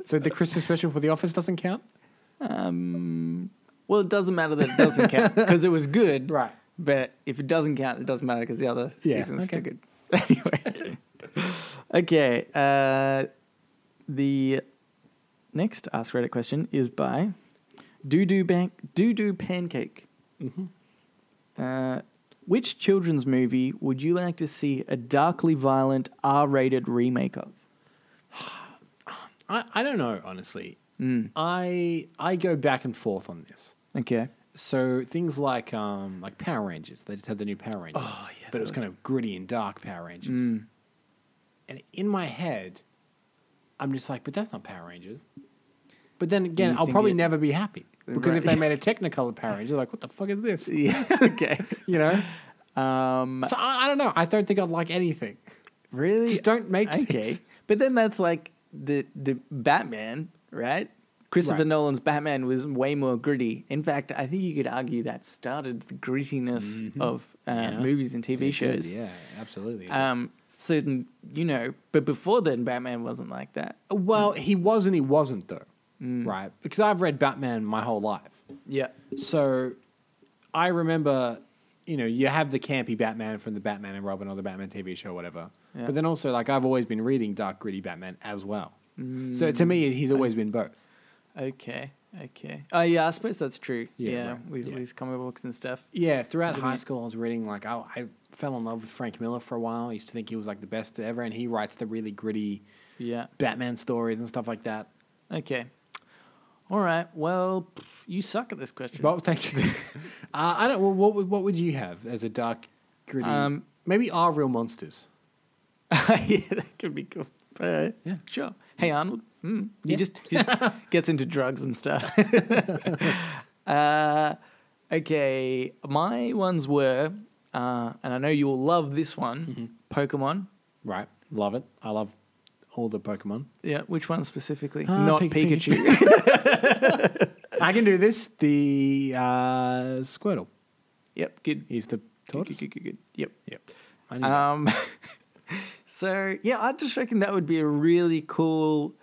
So the Christmas special for The Office doesn't count? Um well, it doesn't matter that it doesn't count because it was good. Right. But if it doesn't count, it doesn't matter because the other Yeah, season was okay. still good. anyway. okay. Uh, the next Ask Reddit question is by Doo Doo Bank Doo Doo Pancake. Uh, which children's movie would you like to see a darkly violent R-rated remake of? I, I don't know, honestly. Hmm. I I go back and forth on this. Okay. So things like um like Power Rangers. They just had the new Power Rangers. Oh yeah. But it was kind of gritty and dark Power Rangers. Hmm. And in my head, I'm just like, but that's not Power Rangers. But then again, You I'll think probably it- never be happy. Because if Right. they made a Technicolor Power Ranger, like, what the fuck is this? Yeah. okay. You know? Um, So I, I don't know. I don't think I'd like anything. really? Just don't make Okay. things. But then that's like the the Batman, right? Christopher Right. Nolan's Batman was way more gritty. In fact, I think you could argue that started the grittiness of uh, Mm-hmm. Yeah. movies and TV shows. Yeah, absolutely. Um, so then, you know, but before then, Batman wasn't like that. Well, he was and he wasn't though, right? Because I've read Batman my whole life, Yeah, so I remember, you know, you have the campy Batman from the Batman and Robin or the Batman TV show, whatever. Yeah. But then also, like, I've always been reading dark, gritty Batman as well. So to me, he's always been both. Okay. Okay. Oh yeah, I suppose that's true. Yeah, Yeah, yeah right, with, yeah. with comic books and stuff. Yeah, throughout Didn't high it? school, I was reading like I, I fell in love with Frank Miller for a while. I used to think he was like the best ever, and he writes the really gritty Yeah. Batman stories and stuff like that. Okay. All right. Well, you suck at this question. Well, thanks. uh, I don't. Well, what would- what would you have as a dark, gritty? Um, maybe our real monsters. yeah, that could be cool. Uh, Yeah. sure. Hey Arnold, mm. he Yeah. just, just gets into drugs and stuff. uh, okay, my ones were, uh, and I know you will love this one, Mm-hmm. Pokemon. Right. Love it. I love all the Pokemon. Yeah, which one specifically? Ah, Not Pik- Pikachu. I can do this. The uh, Squirtle. yep, good. He's the Good, tortoise. good, good, good, good. Yep. Yep. I knew that. Um, so yeah, I just reckon that would be a really cool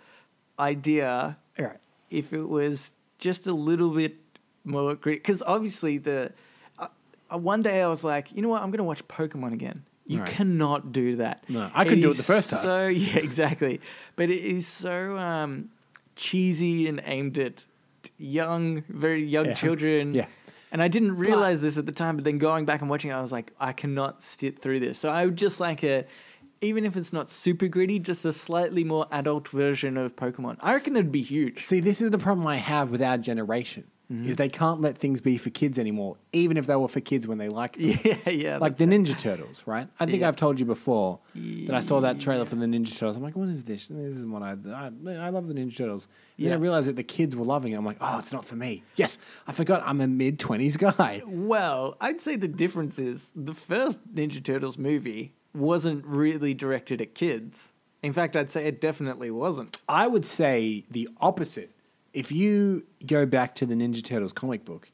idea all right. if it was just a little bit more gritty. Because obviously, the uh, uh, one day I was like, you know what, I'm going to watch Pokemon again. You Right. cannot do that. No, I couldn't do it is the first time. So yeah, exactly. But it is so um, cheesy and aimed at young, very young Yeah. children. Yeah. And I didn't realize this at the time, but then going back and watching it, I was like, I cannot sit through this. So I would just like a even if it's not super gritty, just a slightly more adult version of Pokemon. I reckon it'd be huge. See, this is the problem I have with our generation is they can't let things be for kids anymore, even if they were for kids when they liked them. Yeah, yeah. like the Ninja Turtles, right? I think Yeah. I've told you before that I saw that trailer for the Ninja Turtles. I'm like, what is this? This is what I I, I love the Ninja Turtles. And Yeah. Then I realized that the kids were loving it. I'm like, oh, it's not for me. Yes, I forgot. I'm a mid twenties guy. Well, I'd say the difference is the first Ninja Turtles movie wasn't really directed at kids. In fact, I'd say it definitely wasn't. I would say the opposite. If you go back to the Ninja Turtles comic book,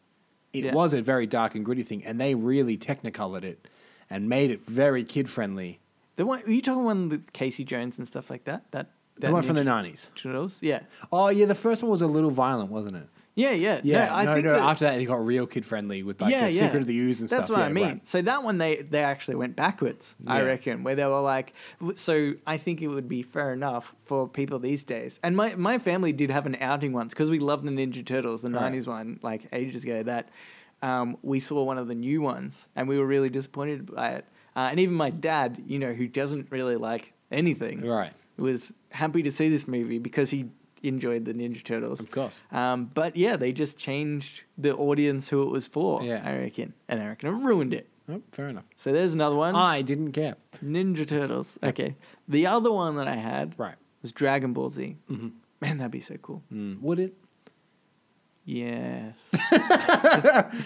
it Yeah. was a very dark and gritty thing, and they really technicolored it and made it very kid friendly. The one were you talking one with Casey Jones and stuff like that? That, that The one from the Ninja nineties. Turtles? Yeah. Oh yeah, the first one was a little violent, wasn't it? Yeah, yeah. Yeah, no, I no. think that- after that, it got real kid friendly with like the Secret of the Ooze and That's stuff. what I yeah, mean. right. So that one they they actually went backwards, I Yeah. reckon, where they were like w- so I think it would be fair enough for people these days. And my my family did have an outing once because we loved the Ninja Turtles, the Right. 90s one like ages ago that um, we saw one of the new ones and we were really disappointed by it. Uh, and even my dad, you know, who doesn't really like anything, Right. was happy to see this movie because he enjoyed the Ninja Turtles. Of course. Um, but yeah, they just changed the audience who it was for. Yeah. I reckon, and I reckon it ruined it. Oh, fair enough. So there's another one. I didn't care. Ninja Turtles. Okay. The other one that I had Right. was Dragon Ball Z. Mm-hmm. Man, that'd be so cool. Mm, would it? Yes.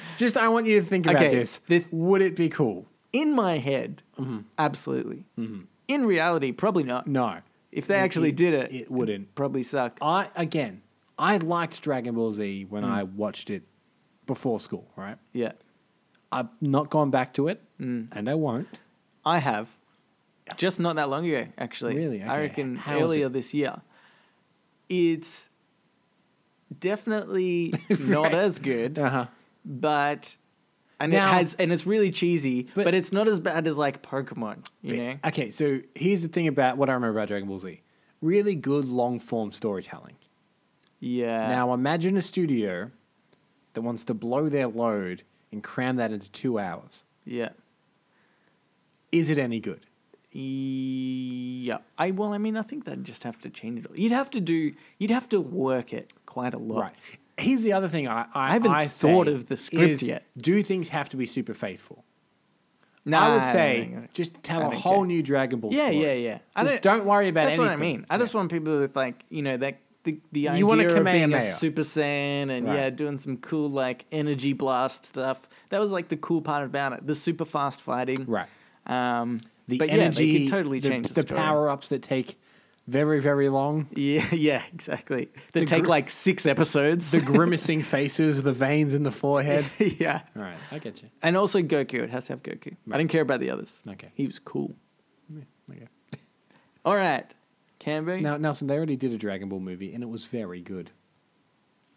Just I want you to think about Okay, this. this- Would it be cool? In my head, Mm-hmm. absolutely. In reality, probably not. No. If they It- actually it- did it, it wouldn't. it'd probably suck. I again, I liked Dragon Ball Z Hmm. when I watched it before school. Right. yeah. I've not gone back to it, Hmm. and I won't. I have. Just not that long ago, actually. Really? I Okay. reckon How is earlier it? this year. It's definitely not Right. as good, huh. but and Now- it has and it's really cheesy, but, But- it's not as bad as like Pokemon, you know? Okay, so here's the thing about what I remember about Dragon Ball Z: really good long form storytelling. Yeah. Now imagine a studio that wants to blow their load and cram that into two hours. yeah. Is it any good? Yeah. I well, I mean, I think they'd just have to change it. all. You'd have to do you'd have to work it quite a lot. Right. Here's the other thing I, I, I haven't say thought of the script is, yet. Do things have to be super faithful? No, I would don't say think- just tell I a don't whole care. new Dragon Ball Yeah, story. yeah, yeah. I Just don't worry about That's what I anything. mean. I just want people with like you know that the the You want a idea of being a Kamehameha. Super Saiyan and Right. yeah, doing some cool like energy blast stuff. That was like the cool part about it. The super fast fighting, Right. Um, The but energy, yeah, they could totally the, change the, the story. power ups that take very, very long. Yeah, yeah, exactly. They The take gr- like six episodes. The grimacing faces, the veins in the forehead. yeah, All right, I get you. and also Goku. It has to have Goku. I didn't care about the others. Okay. he was cool. Okay. All right, Canberra. Now, Nelson, they already did a Dragon Ball movie, and it was very good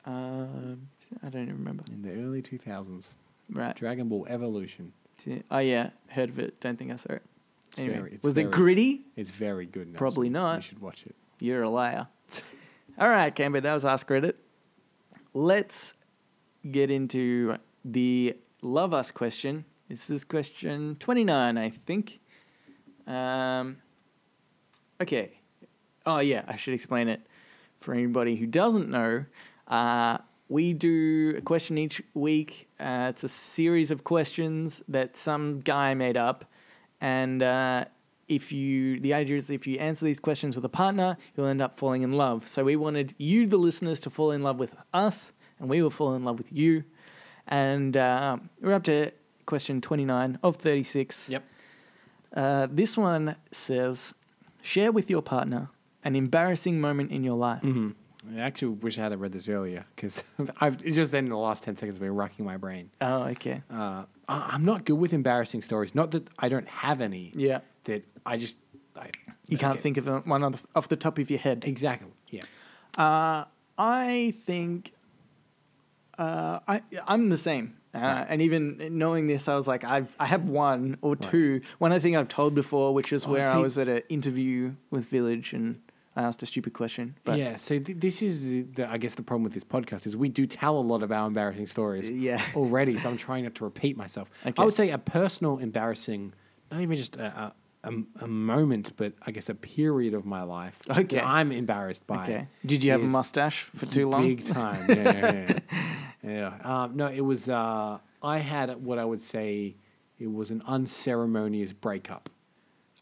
um, I don't even remember. in the early two thousands. Right. Dragon Ball Evolution. T- Oh yeah, heard of it. Don't think I saw it. It's Anyway, very- it's was it very- gritty? It's very good. Nelson. Probably not. You should watch it. You're a liar. All right, Camber, that was Ask Reddit. Let's get into the Love Us question. This is question 29, I think. Um, okay. Oh, yeah, I should explain it for anybody who doesn't know. Uh, we do a question each week. Uh, it's a series of questions that some guy made up. And uh, if you, the idea is if you answer these questions with a partner, you'll end up falling in love. So we wanted you, the listeners, to fall in love with us, and we will fall in love with you. And uh, we're up to question 29 of 36. Yep. Uh, this one says, share with your partner an embarrassing moment in your life. Mm-hmm. I actually wish I had read this earlier because I've it just then in the last ten seconds been racking my brain. Oh, okay. Uh, I, I'm not good with embarrassing stories. Not that I don't have any. Yeah. That I just. I, You can't okay. think of one off the- off the top of your head. exactly. Yeah. Uh, I think uh, I I'm the same. Uh, And even knowing this, I was like, I've I have one or two. One I think I've told before, which is Oh, where I see- was at an interview with Village and I asked a stupid question. But yeah, so th- this is the, the, I guess the problem with this podcast is we do tell a lot of our embarrassing stories Uh, Yeah. already, so I'm trying not to repeat myself. Okay. I would say a personal embarrassing, not even just a, a, a, a moment, but I guess a period of my life Okay. that I'm embarrassed by. Okay. Did you have a is mustache for too long? Big time. Yeah. yeah, yeah. yeah. Um, no, it was. Uh, I had what I would say it was an unceremonious breakup,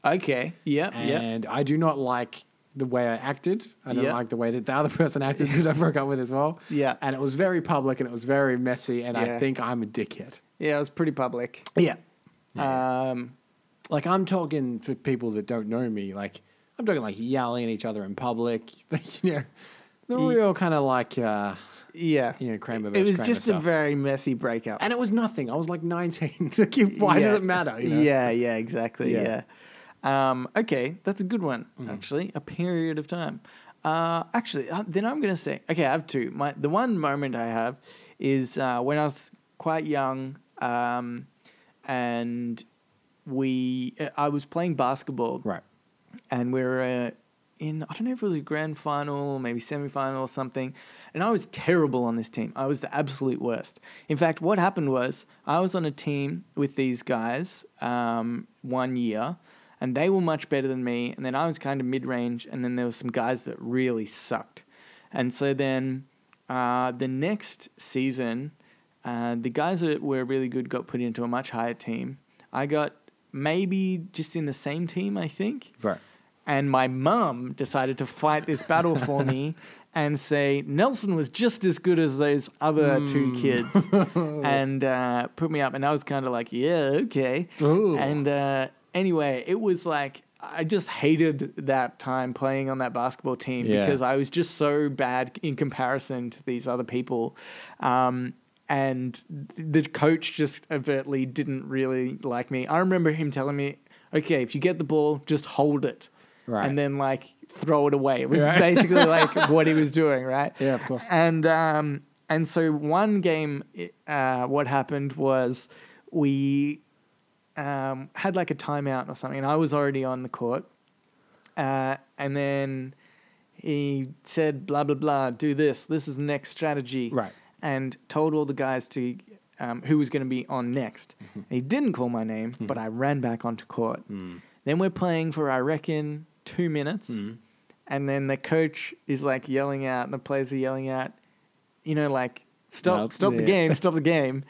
Okay. Yep. Yep. and I do not like the way I acted. I don't Yeah. like the way that the other person acted that I broke up with as well. Yeah. and it was very public and it was very messy, and Yeah. I think I'm a dickhead. Yeah, it was pretty public. Yeah, Um, like I'm talking for people that don't know me, like I'm talking like yelling at each other in public, like you know, the Ye- real kind of like uh, yeah. you know, Kramer. it versus was Kramer just a stuff. very messy breakup. and it was nothing. I was like 19. like, you- why Yeah. does it matter? You know? Yeah, yeah, exactly. Yeah. Yeah. Mm-hmm. Um, okay, that's a good one, actually. A period of time. Uh, actually, uh, then I'm going to say, okay, I have two. My, the one moment I have is uh, when I was quite young um, and we, uh, I was playing basketball Right. and we were uh, in I don't know if it was a grand final, maybe semifinal or something. And I was terrible on this team. I was the absolute worst. In fact, what happened was I was on a team with these guys um, one year, and they were much better than me. And then I was kind of mid range, and then there were some guys that really sucked. And so then uh, the next season, uh, the guys that were really good got put into a much higher team. I got maybe just in the same team, I think. Right. And my mum decided to fight this battle for me and say Nelson was just as good as those other two Hmm. kids, and uh, put me up. And I was kind of like, yeah, okay. Ooh. And uh, anyway, it was like I just hated that time playing on that basketball team Yeah. because I was just so bad in comparison to these other people. Um, and the coach just overtly didn't really like me. I remember him telling me, okay, if you get the ball, just hold it. Right. And then like throw it away. It was Right. basically like what he was doing, right? Yeah, of course. And um, and so one game, uh, what happened was we um, had like a timeout or something, and I was already on the court. Uh, and then he said, blah, blah, blah, do this. This is the next strategy. Right. And told all the guys to um, who was going to be on next. And Mm-hmm. he didn't call my name, but I ran back onto court. Mm. Then we're playing for, I reckon, two minutes. And then the coach is like yelling out, and the players are yelling out, you know, like, stop, Nope. stop the Yeah. game, stop the game.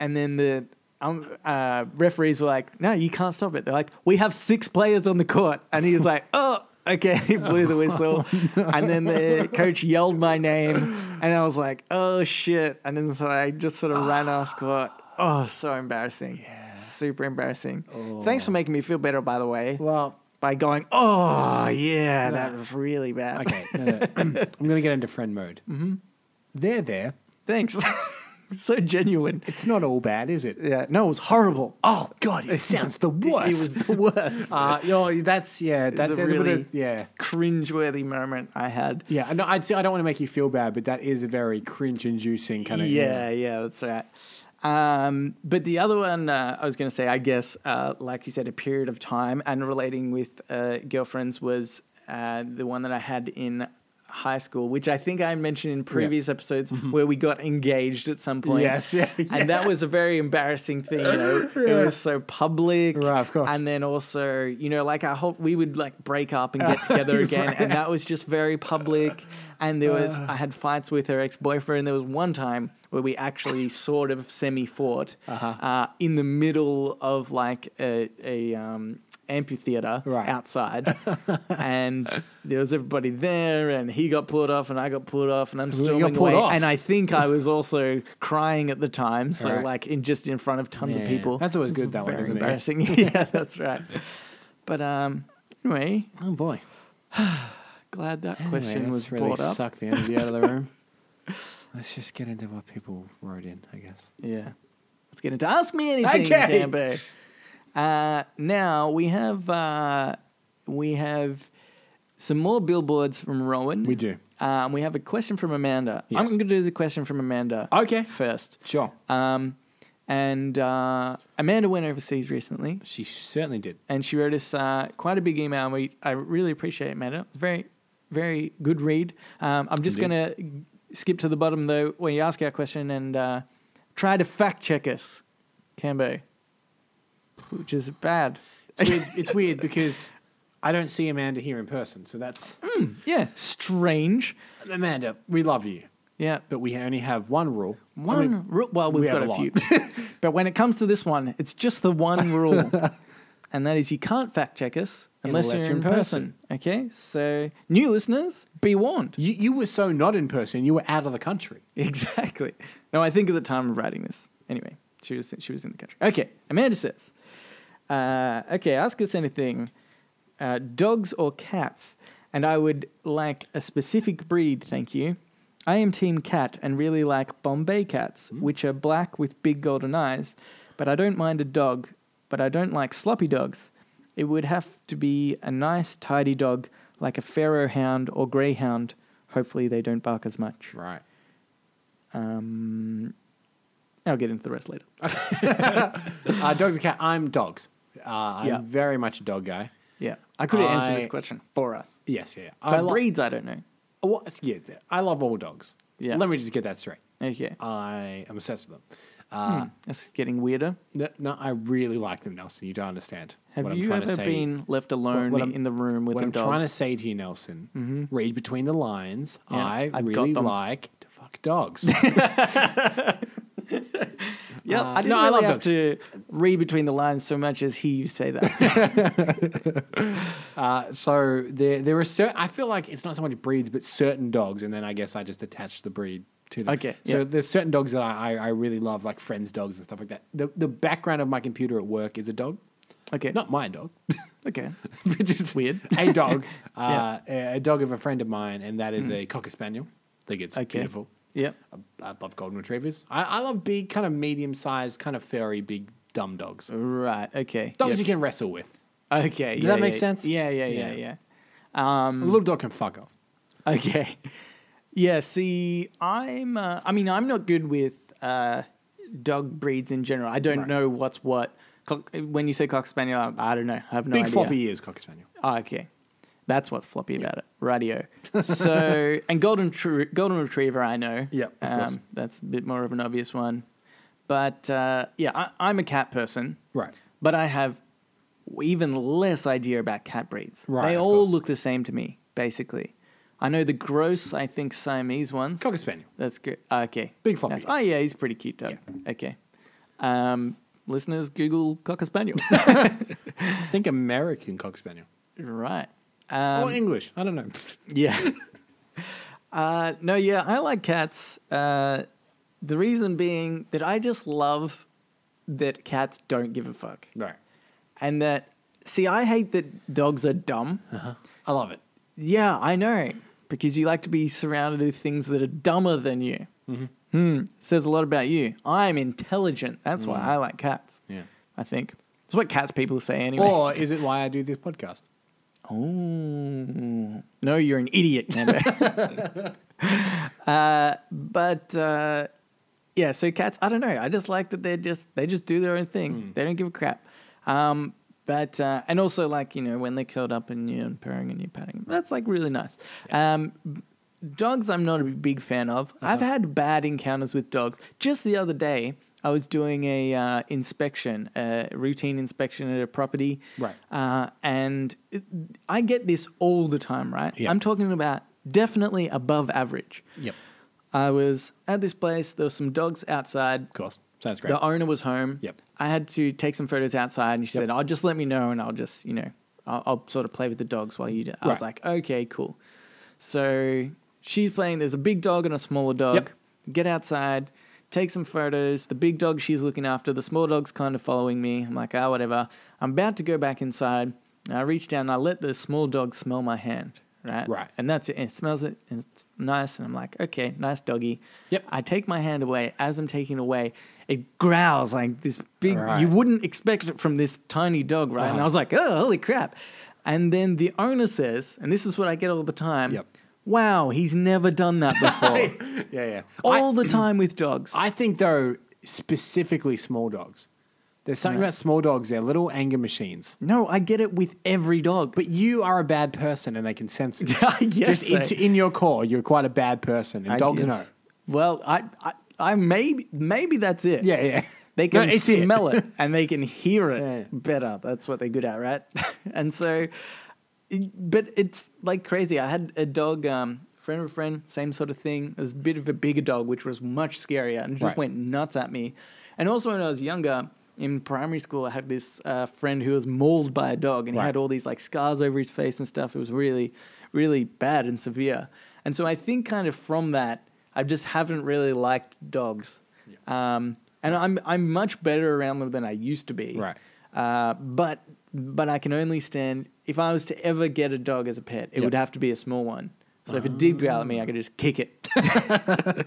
And then the um, uh, referees were like, no, you can't stop it. They're like, we have six players on the court. And he was like, oh, okay. He blew the whistle. And then the coach yelled my name. And I was like, oh, shit. And then so I just sort of ran off court. Oh, so embarrassing. Super embarrassing. Thanks for making me feel better, by the way. Well, by going, oh, yeah, that was really bad. okay. no, no. I'm going to get into friend mode. Mm-hmm. They're there. Thanks. so genuine. It's not all bad, is it? Yeah. No, it was horrible. Oh, God, it sounds the worst. It was the worst. uh, yo, that's, yeah, that, a there's a bit really- of, yeah. Cringeworthy moment I had. Yeah, no, I'd say I don't want to make you feel bad, but that is a very cringe-inducing kind of yeah, yeah, that's right. Um, but the other one uh, I was going to say, I guess, uh, like you said, a period of time and relating with uh, girlfriends was uh, the one that I had in high school, which I think I mentioned in previous episodes where we got engaged at some point. Mm-hmm. Yes, yeah, yeah. And that was a very embarrassing thing, you know. It was so public. Right, of course. And then also, you know, like I hope we would like break up and get together again. And that was just very public. And there was, Uh. I had fights with her ex boyfriend. There was one time where we actually sort of semi fought Uh-huh. uh, in the middle of like a, a um, amphitheater Right. outside. and there was everybody there. And he got pulled off and I got pulled off. And I'm you still got pulled away. off. And I think I was also crying at the time. So, Right. like, in just in front of tons of Yeah. people. That's always It's good, that one, very isn't it? embarrassing. yeah, that's right. But um, anyway, Oh, boy. glad that question was really brought up. sucked the energy out of the room. Let's just get into what people wrote in, I guess. Yeah. Let's get into Ask Me Anything, Okay. Cambo. Uh, now we have uh, we have some more billboards from Rowan. We do. Um, we have a question from Amanda. I'm Yes. Oh. going to do the question from Amanda Okay. first. Sure. Um, and uh, Amanda went overseas recently. She certainly did. and she wrote us uh, quite a big email. And we, I really appreciate it, Amanda. It's very, very good read. Um, I'm just going to skip to the bottom, though, when you ask our question and uh, try to fact check us, Cambo, which is bad. It's weird, it's weird because I don't see Amanda here in person. So that's Yeah, strange. Amanda. We love you, Yeah, but we only have one rule. one I mean, rule. Well, we've we got have a, a few, but when it comes to this one, it's just the one rule, and that is you can't fact check us unless, you're, in person. Okay, so new listeners, be warned. You, you were so not in person. You were out of the country. Exactly. No, I think at the time of writing this. Anyway, she was she was in the country. Okay, Amanda says, uh, "Okay, ask us anything, uh, dogs or cats, and I would like a specific breed, thank you. I am team cat and really like Bombay cats, which are black with big golden eyes, but I don't mind a dog, but I don't like sloppy dogs. It would have to be a nice, tidy dog like a Pharaoh hound or greyhound. Hopefully, they don't bark as much." Right. Um, I'll get into the rest later. Uh, dogs and cat. I'm dogs. Uh, I'm Yeah. very much a dog guy. Yeah, I could have answered this I- question for us. Yes, yeah. yeah. But I lo- Oh, breeds, I don't know. Well, it's- yeah, th- I love all dogs. Yeah. Let me just get that straight. Okay, I am obsessed with them. Uh, that's getting weirder. no, no, I really like them, Nelson. You don't understand. Have what I'm you trying ever to say. been left alone what I'm- in the room with What a I'm dog? Mm-hmm. trying to say to you, Nelson, read between the lines. Yeah, I I've got really them. like to fuck dogs. yeah, I didn't Uh, no, I really love have dogs. to read between the lines so much as hear you say that. uh, so there, there are certain. I feel like it's not so much breeds, but certain dogs, and then I guess I just attach the breed to them. Okay, So yeah. there's certain dogs that I, I, I really love, like friends' dogs and stuff like that. The the background of my computer at work is a dog, okay, not my dog. okay, which is weird. a dog, Yeah. uh, a dog of a friend of mine, and that is a cocker spaniel. I think it's Okay. beautiful. Yep. I, I love golden retrievers. I, I love big, kind of medium-sized, kind of furry, big dumb dogs. Oh, Right. Okay. Yep. Dogs you can wrestle with. Okay. Does yeah, that make yeah. sense? Yeah. Yeah. Yeah. Yeah. Yeah. a little dog can fuck off. Okay. Yeah, see, I'm uh, I mean, I'm not good with uh, dog breeds in general. I don't Right. know what's what. Cock, when you say cock spaniel, I, I don't know. I have no big idea. floppy ears, cocker spaniel. Ah, okay. That's what's floppy about it. Radio. So, and golden tr- golden retriever I know. Um, Yeah, of course. that's a bit more of an obvious one. But uh, yeah, I, I'm a cat person. Right. But I have even less idea about cat breeds. Right, they of all course. look the same to me, basically. I know the gross, I think, Siamese ones. Cocker spaniel. That's good. Ah, Okay. Big floppy That's- Oh, yeah, he's pretty cute, though. Okay. Um, listeners, Google Cocker Spaniel. I think American cocker spaniel right. Um, or English. I don't know. yeah. uh, no, yeah, I like cats. Uh, the reason being that I just love that cats don't give a fuck. right. And that, see, I hate that dogs are dumb. I love it. Yeah, I know. Because you like to be surrounded with things that are dumber than you. Mm-hmm. Says a lot about you. I'm intelligent. That's why I like cats. Yeah. I think. It's what cats people say anyway. Or is it why I do this podcast? Oh. No, you're an idiot, Nando. uh, but uh, yeah, so cats, I don't know. I just like that they just they just do their own thing. They don't give a crap. Um, but uh, and also like, you know, when they're curled up and you're purring and you're patting them. That's like really nice. Um, dogs I'm not a big fan of. I've had bad encounters with dogs. Just the other day, I was doing a uh, inspection, a routine inspection at a property. Right. Uh, and it- I get this all the time, right? Yeah. I'm talking about definitely above average. Yep. I was at this place, there were some dogs outside. Of course. Sounds great. The owner was home. Yep. I had to take some photos outside, and she Yep. said, "I'll just let me know, and I'll just, you know, I'll, I'll sort of play with the dogs while you." Do. I was Right. like, "Okay, cool." So she's playing. There's a big dog and a smaller dog. Get outside, take some photos. The big dog she's looking after. The small dog's kind of following me. I'm like, ah, whatever. I'm about to go back inside. And I reach down. And I let the small dog smell my hand. Right. Right. And that's it. And it smells it. And it's nice. And I'm like, okay, nice doggy. Yep. I take my hand away. As I'm taking it away, it growls like this big. Right. You wouldn't expect it from this tiny dog, right? And I Uh-huh. was like, oh, holy crap. And then the owner says, and this is what I get all the time. Yep. Wow, he's never done that before. yeah, yeah. all the time with dogs. I think though, specifically small dogs. There's something about small dogs. They're little anger machines. no, I get it with every dog. But you are a bad person, and they can sense it. I guess Just in, so. in your core, you're quite a bad person, and I dogs guess- know. Well, I, I, I maybe, maybe that's it. Yeah, yeah. They can it's it. smell it. and they can hear it Yeah. better. That's what they're good at, right? and so, but it's like crazy. I had a dog, um, friend of a friend, same sort of thing. It was a bit of a bigger dog, which was much scarier and just Right. went nuts at me. And also, when I was younger, in primary school, I had this uh, friend who was mauled by a dog and he Right. had all these like scars over his face and stuff. It was really, really bad and severe. And so I think kind of from that, I just haven't really liked dogs. Um, and I'm, I'm much better around them than I used to be. Right. Uh, but but I can only stand if I was to ever get a dog as a pet, it Yep. would have to be a small one. So if it did growl at me, I could just kick it.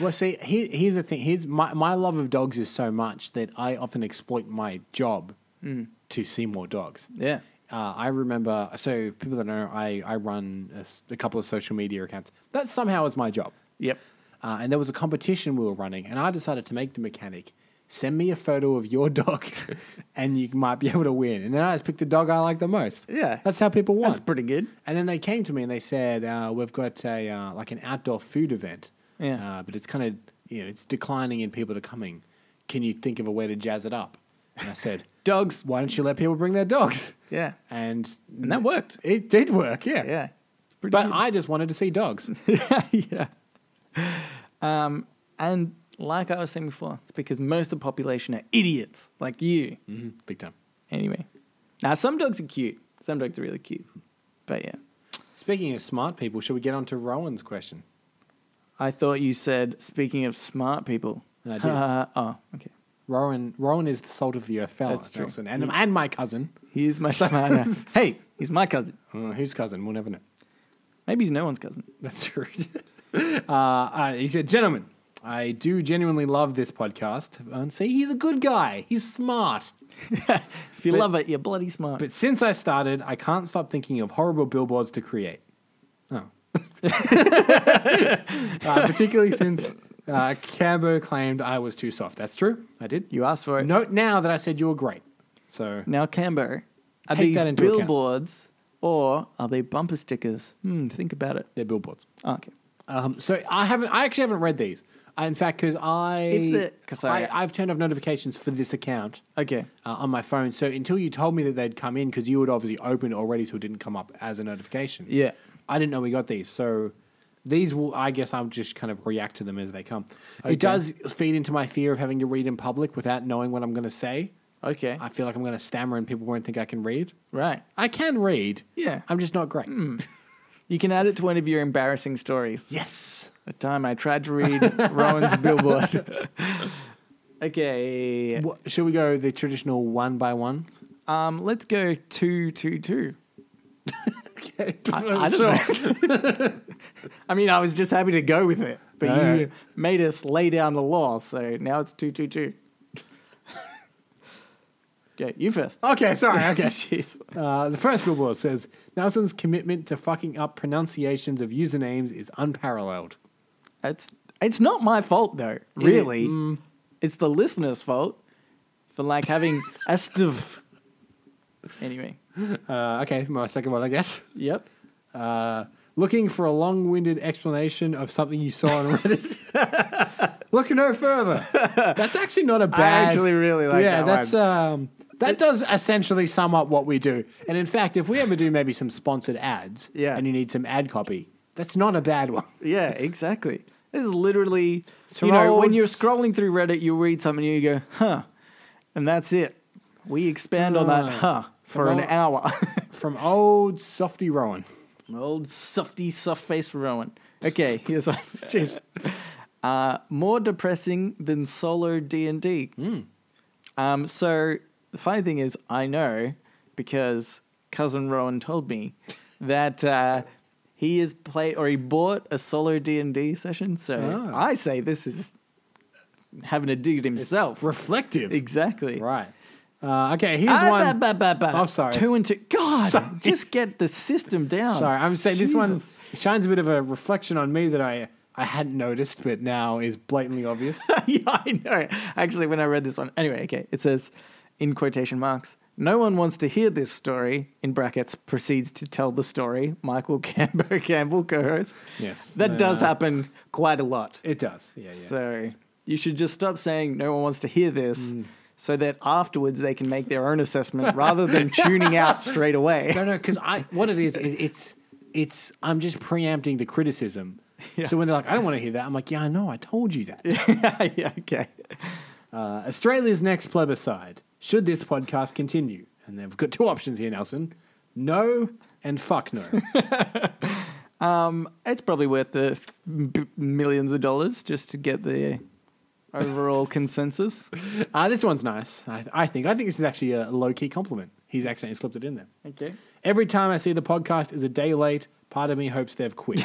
Well, see, here, here's the thing. Here's my, my love of dogs is so much that I often exploit my job Mm. to see more dogs. yeah. Uh, I remember, so people that know, I, I run a, s- a couple of social media accounts. That somehow is my job. Yep. Uh, and there was a competition we were running, and I decided to make the mechanic send me a photo of your dog, and you might be able to win. And then I just picked the dog I like the most. Yeah. that's how people won. That's pretty good. And then they came to me and they said, uh, "We've got a uh, like an outdoor food event, Yeah. uh, but it's kind of you know it's declining in people to coming. Can you think of a way to jazz it up?" And I said, Dogs. "Why don't you let people bring their dogs?" Yeah. And And that worked. it did work, yeah. Yeah. It's pretty But good. I just wanted to see dogs. yeah. Um, and like I was saying before, it's because most of the population are idiots like you. Big time. Anyway. Now some dogs are cute. Some dogs are really cute. But yeah. Speaking of smart people, should we get on to Rowan's question? I thought you said speaking of smart people. And I did. Uh, oh, okay. Rowan, Rowan is the salt of the earth fella, That's true. Nelson, and, and my cousin. He's much smarter. hey, he's my cousin. Uh, whose cousin? We'll never know. Maybe he's no one's cousin. That's true. uh, uh, he said, Gentlemen, I do genuinely love this podcast. And see, he's a good guy. He's smart. If you But- love it, you're bloody smart. But since I started, I can't stop thinking of horrible billboards to create. Oh. uh, particularly since uh, Cabo claimed I was too soft. That's true. I did. you asked for it. Note now that I said you were great. So, Now, Cambo, are Take these that into account. billboards or are they bumper stickers? Hmm, think about it. they're billboards. Oh, okay. Um, so I haven't. I actually haven't read these. I, in fact, because If I, the- 'cause I- I, I've turned off notifications for this account Okay. uh, on my phone. So until you told me that they'd come in, because you would obviously open it already, so it didn't come up as a notification. Yeah. I didn't know we got these. So these will. I guess I'll just kind of react to them as they come. Okay. It does feed into my fear of having to read in public without knowing what I'm going to say. Okay. I feel like I'm going to stammer and people won't think I can read. right. I can read. Yeah. I'm just not great. You can add it to one of your embarrassing stories. Yes. A time I tried to read Rowan's billboard. okay. What, should we go the traditional one by one? Um, let's go two, two, two. Okay. I don't know. I mean, I was just happy to go with it, but All you right. made us lay down the law, so now it's two two two. okay, you first. Okay, sorry. Okay. Jeez. Uh, the first billboard says Nelson's commitment to fucking up pronunciations of usernames is unparalleled. It's it's not my fault though, really. It's the listener's fault for like having a stiv. Anyway, Uh, okay, my second one, I guess. yep. Uh, looking for a long winded explanation of something you saw on Reddit. Look no further. That's actually not a bad. actually really like yeah, that that's um, that does essentially sum up what we do. And in fact, if we ever do maybe some sponsored ads, Yeah. and you need some ad copy, that's not a bad one. Yeah, exactly. This is literally, you Throw know, when you're s- scrolling through Reddit, you read something and you go, huh, and that's it. We expand on that, Ah. huh, for an Well- hour. From old softy Rowan. Old softy, soft face Rowan. Okay, here's one. Jeez. Uh, more depressing than solo D and D. Hmm. Um, so the funny thing is, I know because cousin Rowan told me that uh, he is play or he bought a solo D and D session. So Ah. I say this is having a dig at himself. Reflective. exactly. Right. Uh, okay, here's Ah, one. ba, ba, ba, ba. Oh, sorry. Two and two. God, just get the system down. Sorry, I'm saying this one Jesus. shines a bit of a reflection on me that I, I hadn't noticed, but now is blatantly obvious. yeah, I know. Actually, when I read this one, anyway, okay, it says in quotation marks, no one wants to hear this story, in brackets, proceeds to tell the story. Michael Cambo Campbell, co host. Yes. That does Uh, happen quite a lot. It does. Yeah, yeah. So, You should just stop saying no one wants to hear this Mm. so that afterwards they can make their own assessment rather than tuning out straight away. No, no, because I what it is, it, it's it's I'm just preempting the criticism. So when they're like, I don't want to hear that, I'm like, yeah, I know, I told you that. yeah, okay. Uh, Australia's next plebiscite. Should this podcast continue? And then we've got two options here, Nelson. No and fuck no. It's probably worth the f- b- millions of dollars just to get the overall consensus. uh, this one's nice. I, I think. I think this is actually a low key compliment. He's accidentally slipped it in there. Okay. Every time I see the podcast is a day late. Part of me hopes they've quit.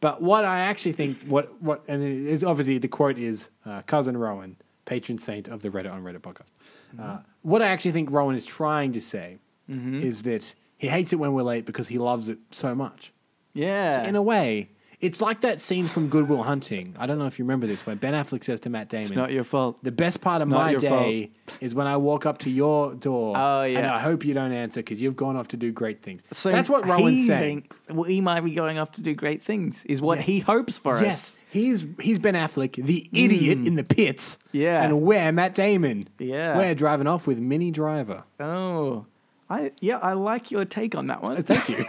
but what I actually think, what what, and it is obviously the quote is uh, cousin Rowan, patron saint of the Reddit on Reddit podcast. Uh, what I actually think Rowan is trying to say is that he hates it when we're late because he loves it so much. Yeah. In a way, it's like that scene from Goodwill Hunting. I don't know if you remember this, where Ben Affleck says to Matt Damon, it's not your fault. the best part of not my your day is when I walk up to your door Oh, yeah. and I hope you don't answer because you've gone off to do great things. So That's what Rowan's he saying. thinks We might be going off to do great things, is what he hopes for Yes, us. he's he's Ben Affleck, the idiot in the pits. Mm. Yeah. and we're Matt Damon. Yeah. we're driving off with Mini Driver. Oh. I yeah, I like your take on that one. Thank you.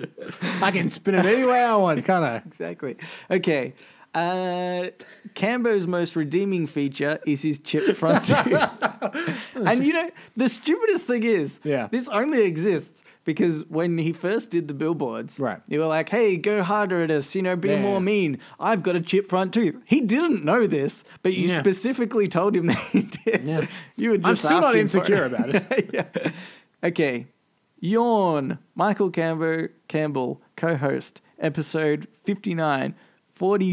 I can spin it any way I want, can't I? exactly. Okay. Uh, Cambo's most redeeming feature is his chip front tooth. and you know, the stupidest thing is, Yeah. this only exists because when he first did the billboards, Right. you were like, hey, go harder at us, you know, be Yeah, yeah. more mean. I've got a chip front tooth. He didn't know this, but you Yeah. specifically told him that he did. Yeah. You were I'm just still not asking for insecure about it. yeah. Okay. Yawn. Michael Cambo, Campbell, co host, episode oh 59,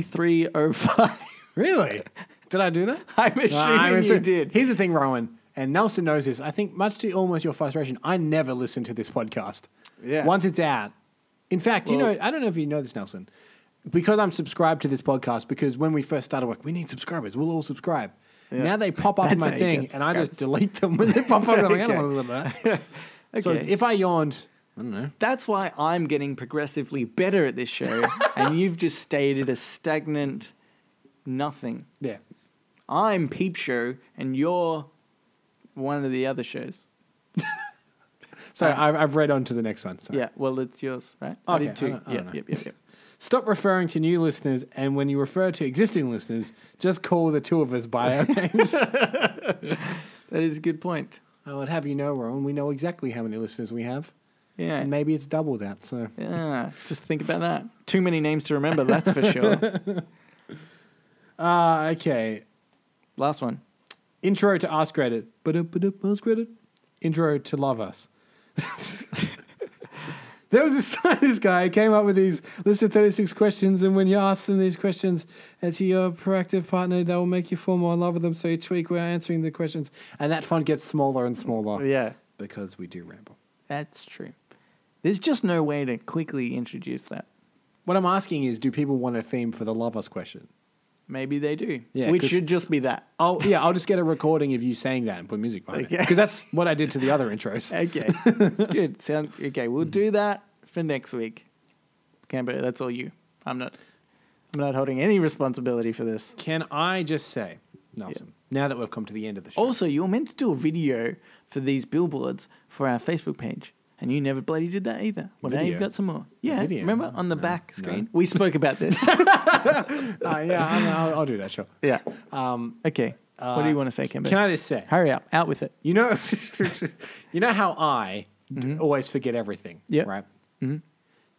4305. Really? Did I do that? I'm assuming No, I'm you assuming- did. Here's the thing, Rowan, and Nelson knows this. I think, much to almost your frustration, I never listen to this podcast. Yeah. Once it's out. In fact, you Well- know, I don't know if you know this, Nelson, because I'm subscribed to this podcast, because when we first started, like, we need subscribers. We'll all subscribe. Now they pop up in That's my how you thing, get and I just delete them when they pop up. I'm like, I Okay. don't want to listen to that. So Okay. if I yawned, I don't know. That's why I'm getting progressively better at this show, and you've just stayed at a stagnant nothing. Yeah. I'm Peep Show, and you're one of the other shows. So I, I've read on to the next one. Sorry. Yeah, well, it's yours, right? Okay, I too. don't- I yeah, don't know. yep, yep, yep. Stop referring to new listeners, and when you refer to existing listeners, just call the two of us by our names. That is a good point. I would have you know, Rowan, we know exactly how many listeners we have, Yeah. and maybe it's double that. So Yeah, just think about that. Too many names to remember, that's for sure. Ah, okay. Last one. Intro to Ask Reddit. Ba-dup, ba-dup, Ask Reddit. Intro to Love Us. there was this, this guy who came up with these list of 36 questions, and when you ask them these questions and to your proactive partner, they will make you fall more in love with them. So each week we're answering the questions, and that font gets smaller and smaller Yeah, because we do ramble. that's true. There's just no way to quickly introduce that. What I'm asking is, do people want a theme for the Love Us question? Maybe they do. Yeah, which 'cause- should just be that. Oh yeah, I'll just get a recording of you saying that and put music behind it Okay. because that's what I did to the other intros. Okay, good. Sound okay. We'll do that for next week. Canberra, that's all you. I'm not. I'm not holding any responsibility for this. Can I just say, Nelson? Now that we've come to the end of the show, Also, you were meant to do a video for these billboards for our Facebook page, and you never bloody did that either. Well, now Video? you've got some more. Yeah, video? remember on the No, back no. screen? We spoke about this. Oh, Uh, yeah, I know, I'll, I'll do that. Sure. Yeah. Um, okay. what do you want to say, Kimber? Can I just say, Hurry up. Out with it. you know, you know how I d- always forget everything. Mm-hmm. Yeah. Mm-hmm. Right.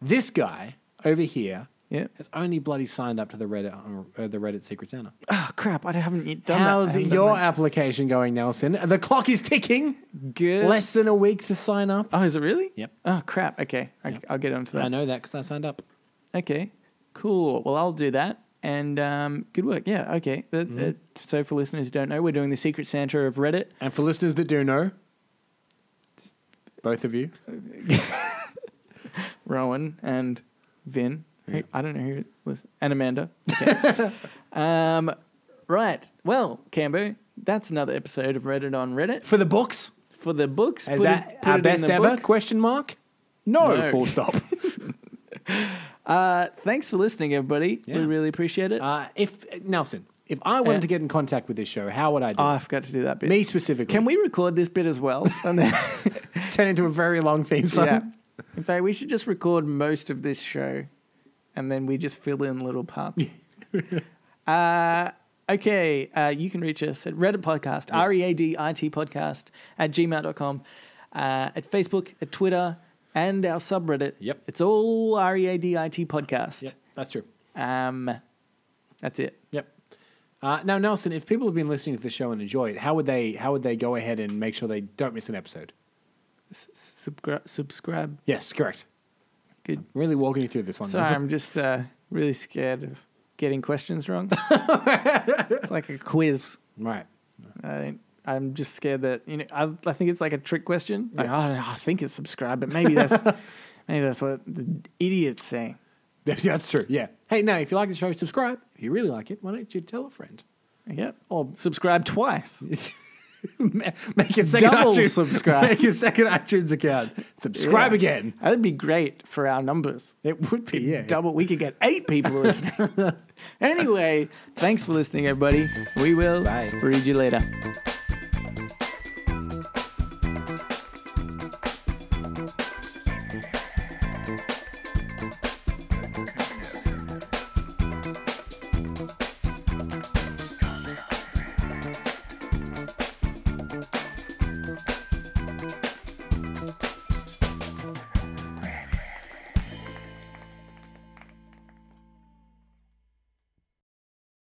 This guy over here Yeah. has only bloody signed up to the Reddit uh, the Reddit Secret Santa. Oh, crap. I haven't yet done How's that. I haven't done your that. application going, Nelson? The clock is ticking. Good. Less than a week to sign up. Oh, is it really? Yep. Oh, crap. Okay. I, I'll get onto that. I know that because I signed up. Okay. Cool. Well, I'll do that. And um, good work. Yeah. Okay. That, that- so, for listeners who don't know, we're doing the Secret Santa of Reddit. And for listeners that do know, both of you, Rowan and Vin. Who- I don't know who it was. And Amanda. Okay. um, right. Well, Cambo, that's another episode of Reddit on Reddit. for the books, For the books, put is it- that put it our in best the ever? book. Question mark. No, No. full stop. Uh, thanks for listening, everybody. Yeah. We really appreciate it. uh, if Nelson, If I wanted Yeah. to get in contact with this show, how would I do? Oh, it? I forgot to do that bit. Me specifically. Can we record this bit as well? And then, turn into a very long theme song? yeah. In fact, we should just record most of this show, and then we just fill in little parts. uh, okay, uh, you can reach us at Reddit Podcast, R E A D I T Podcast at gmail.com, uh, at Facebook, at Twitter, and our subreddit. Yep. It's all R E A D I T Podcast. Yep, that's true. Um, that's it. Yep. Uh, now, Nelson, if people have been listening to the show and enjoy it, how would they how would they go ahead and make sure they don't miss an episode? Subscribe. subscribe. Yes, correct. Good. I'm really walking you through this one. Sorry, Nelson. I'm just uh, really scared of getting questions wrong. it's like a quiz. Right. I, I'm just scared that you know. I, I think it's like a trick question. Like, Yeah. I, don't know, I think it's subscribe, but maybe that's maybe that's what the idiot's saying. that's true. Yeah. Hey, now, if you like the show, subscribe. If you really like it, why don't you tell a friend? Yep. Or subscribe twice. Make a second Double iTunes, subscribe. Make a second iTunes account. Subscribe Yeah. again. That'd be great for our numbers. It would be yeah. Double. We could get eight people listening. anyway, thanks for listening, everybody. We will Bye. read you later.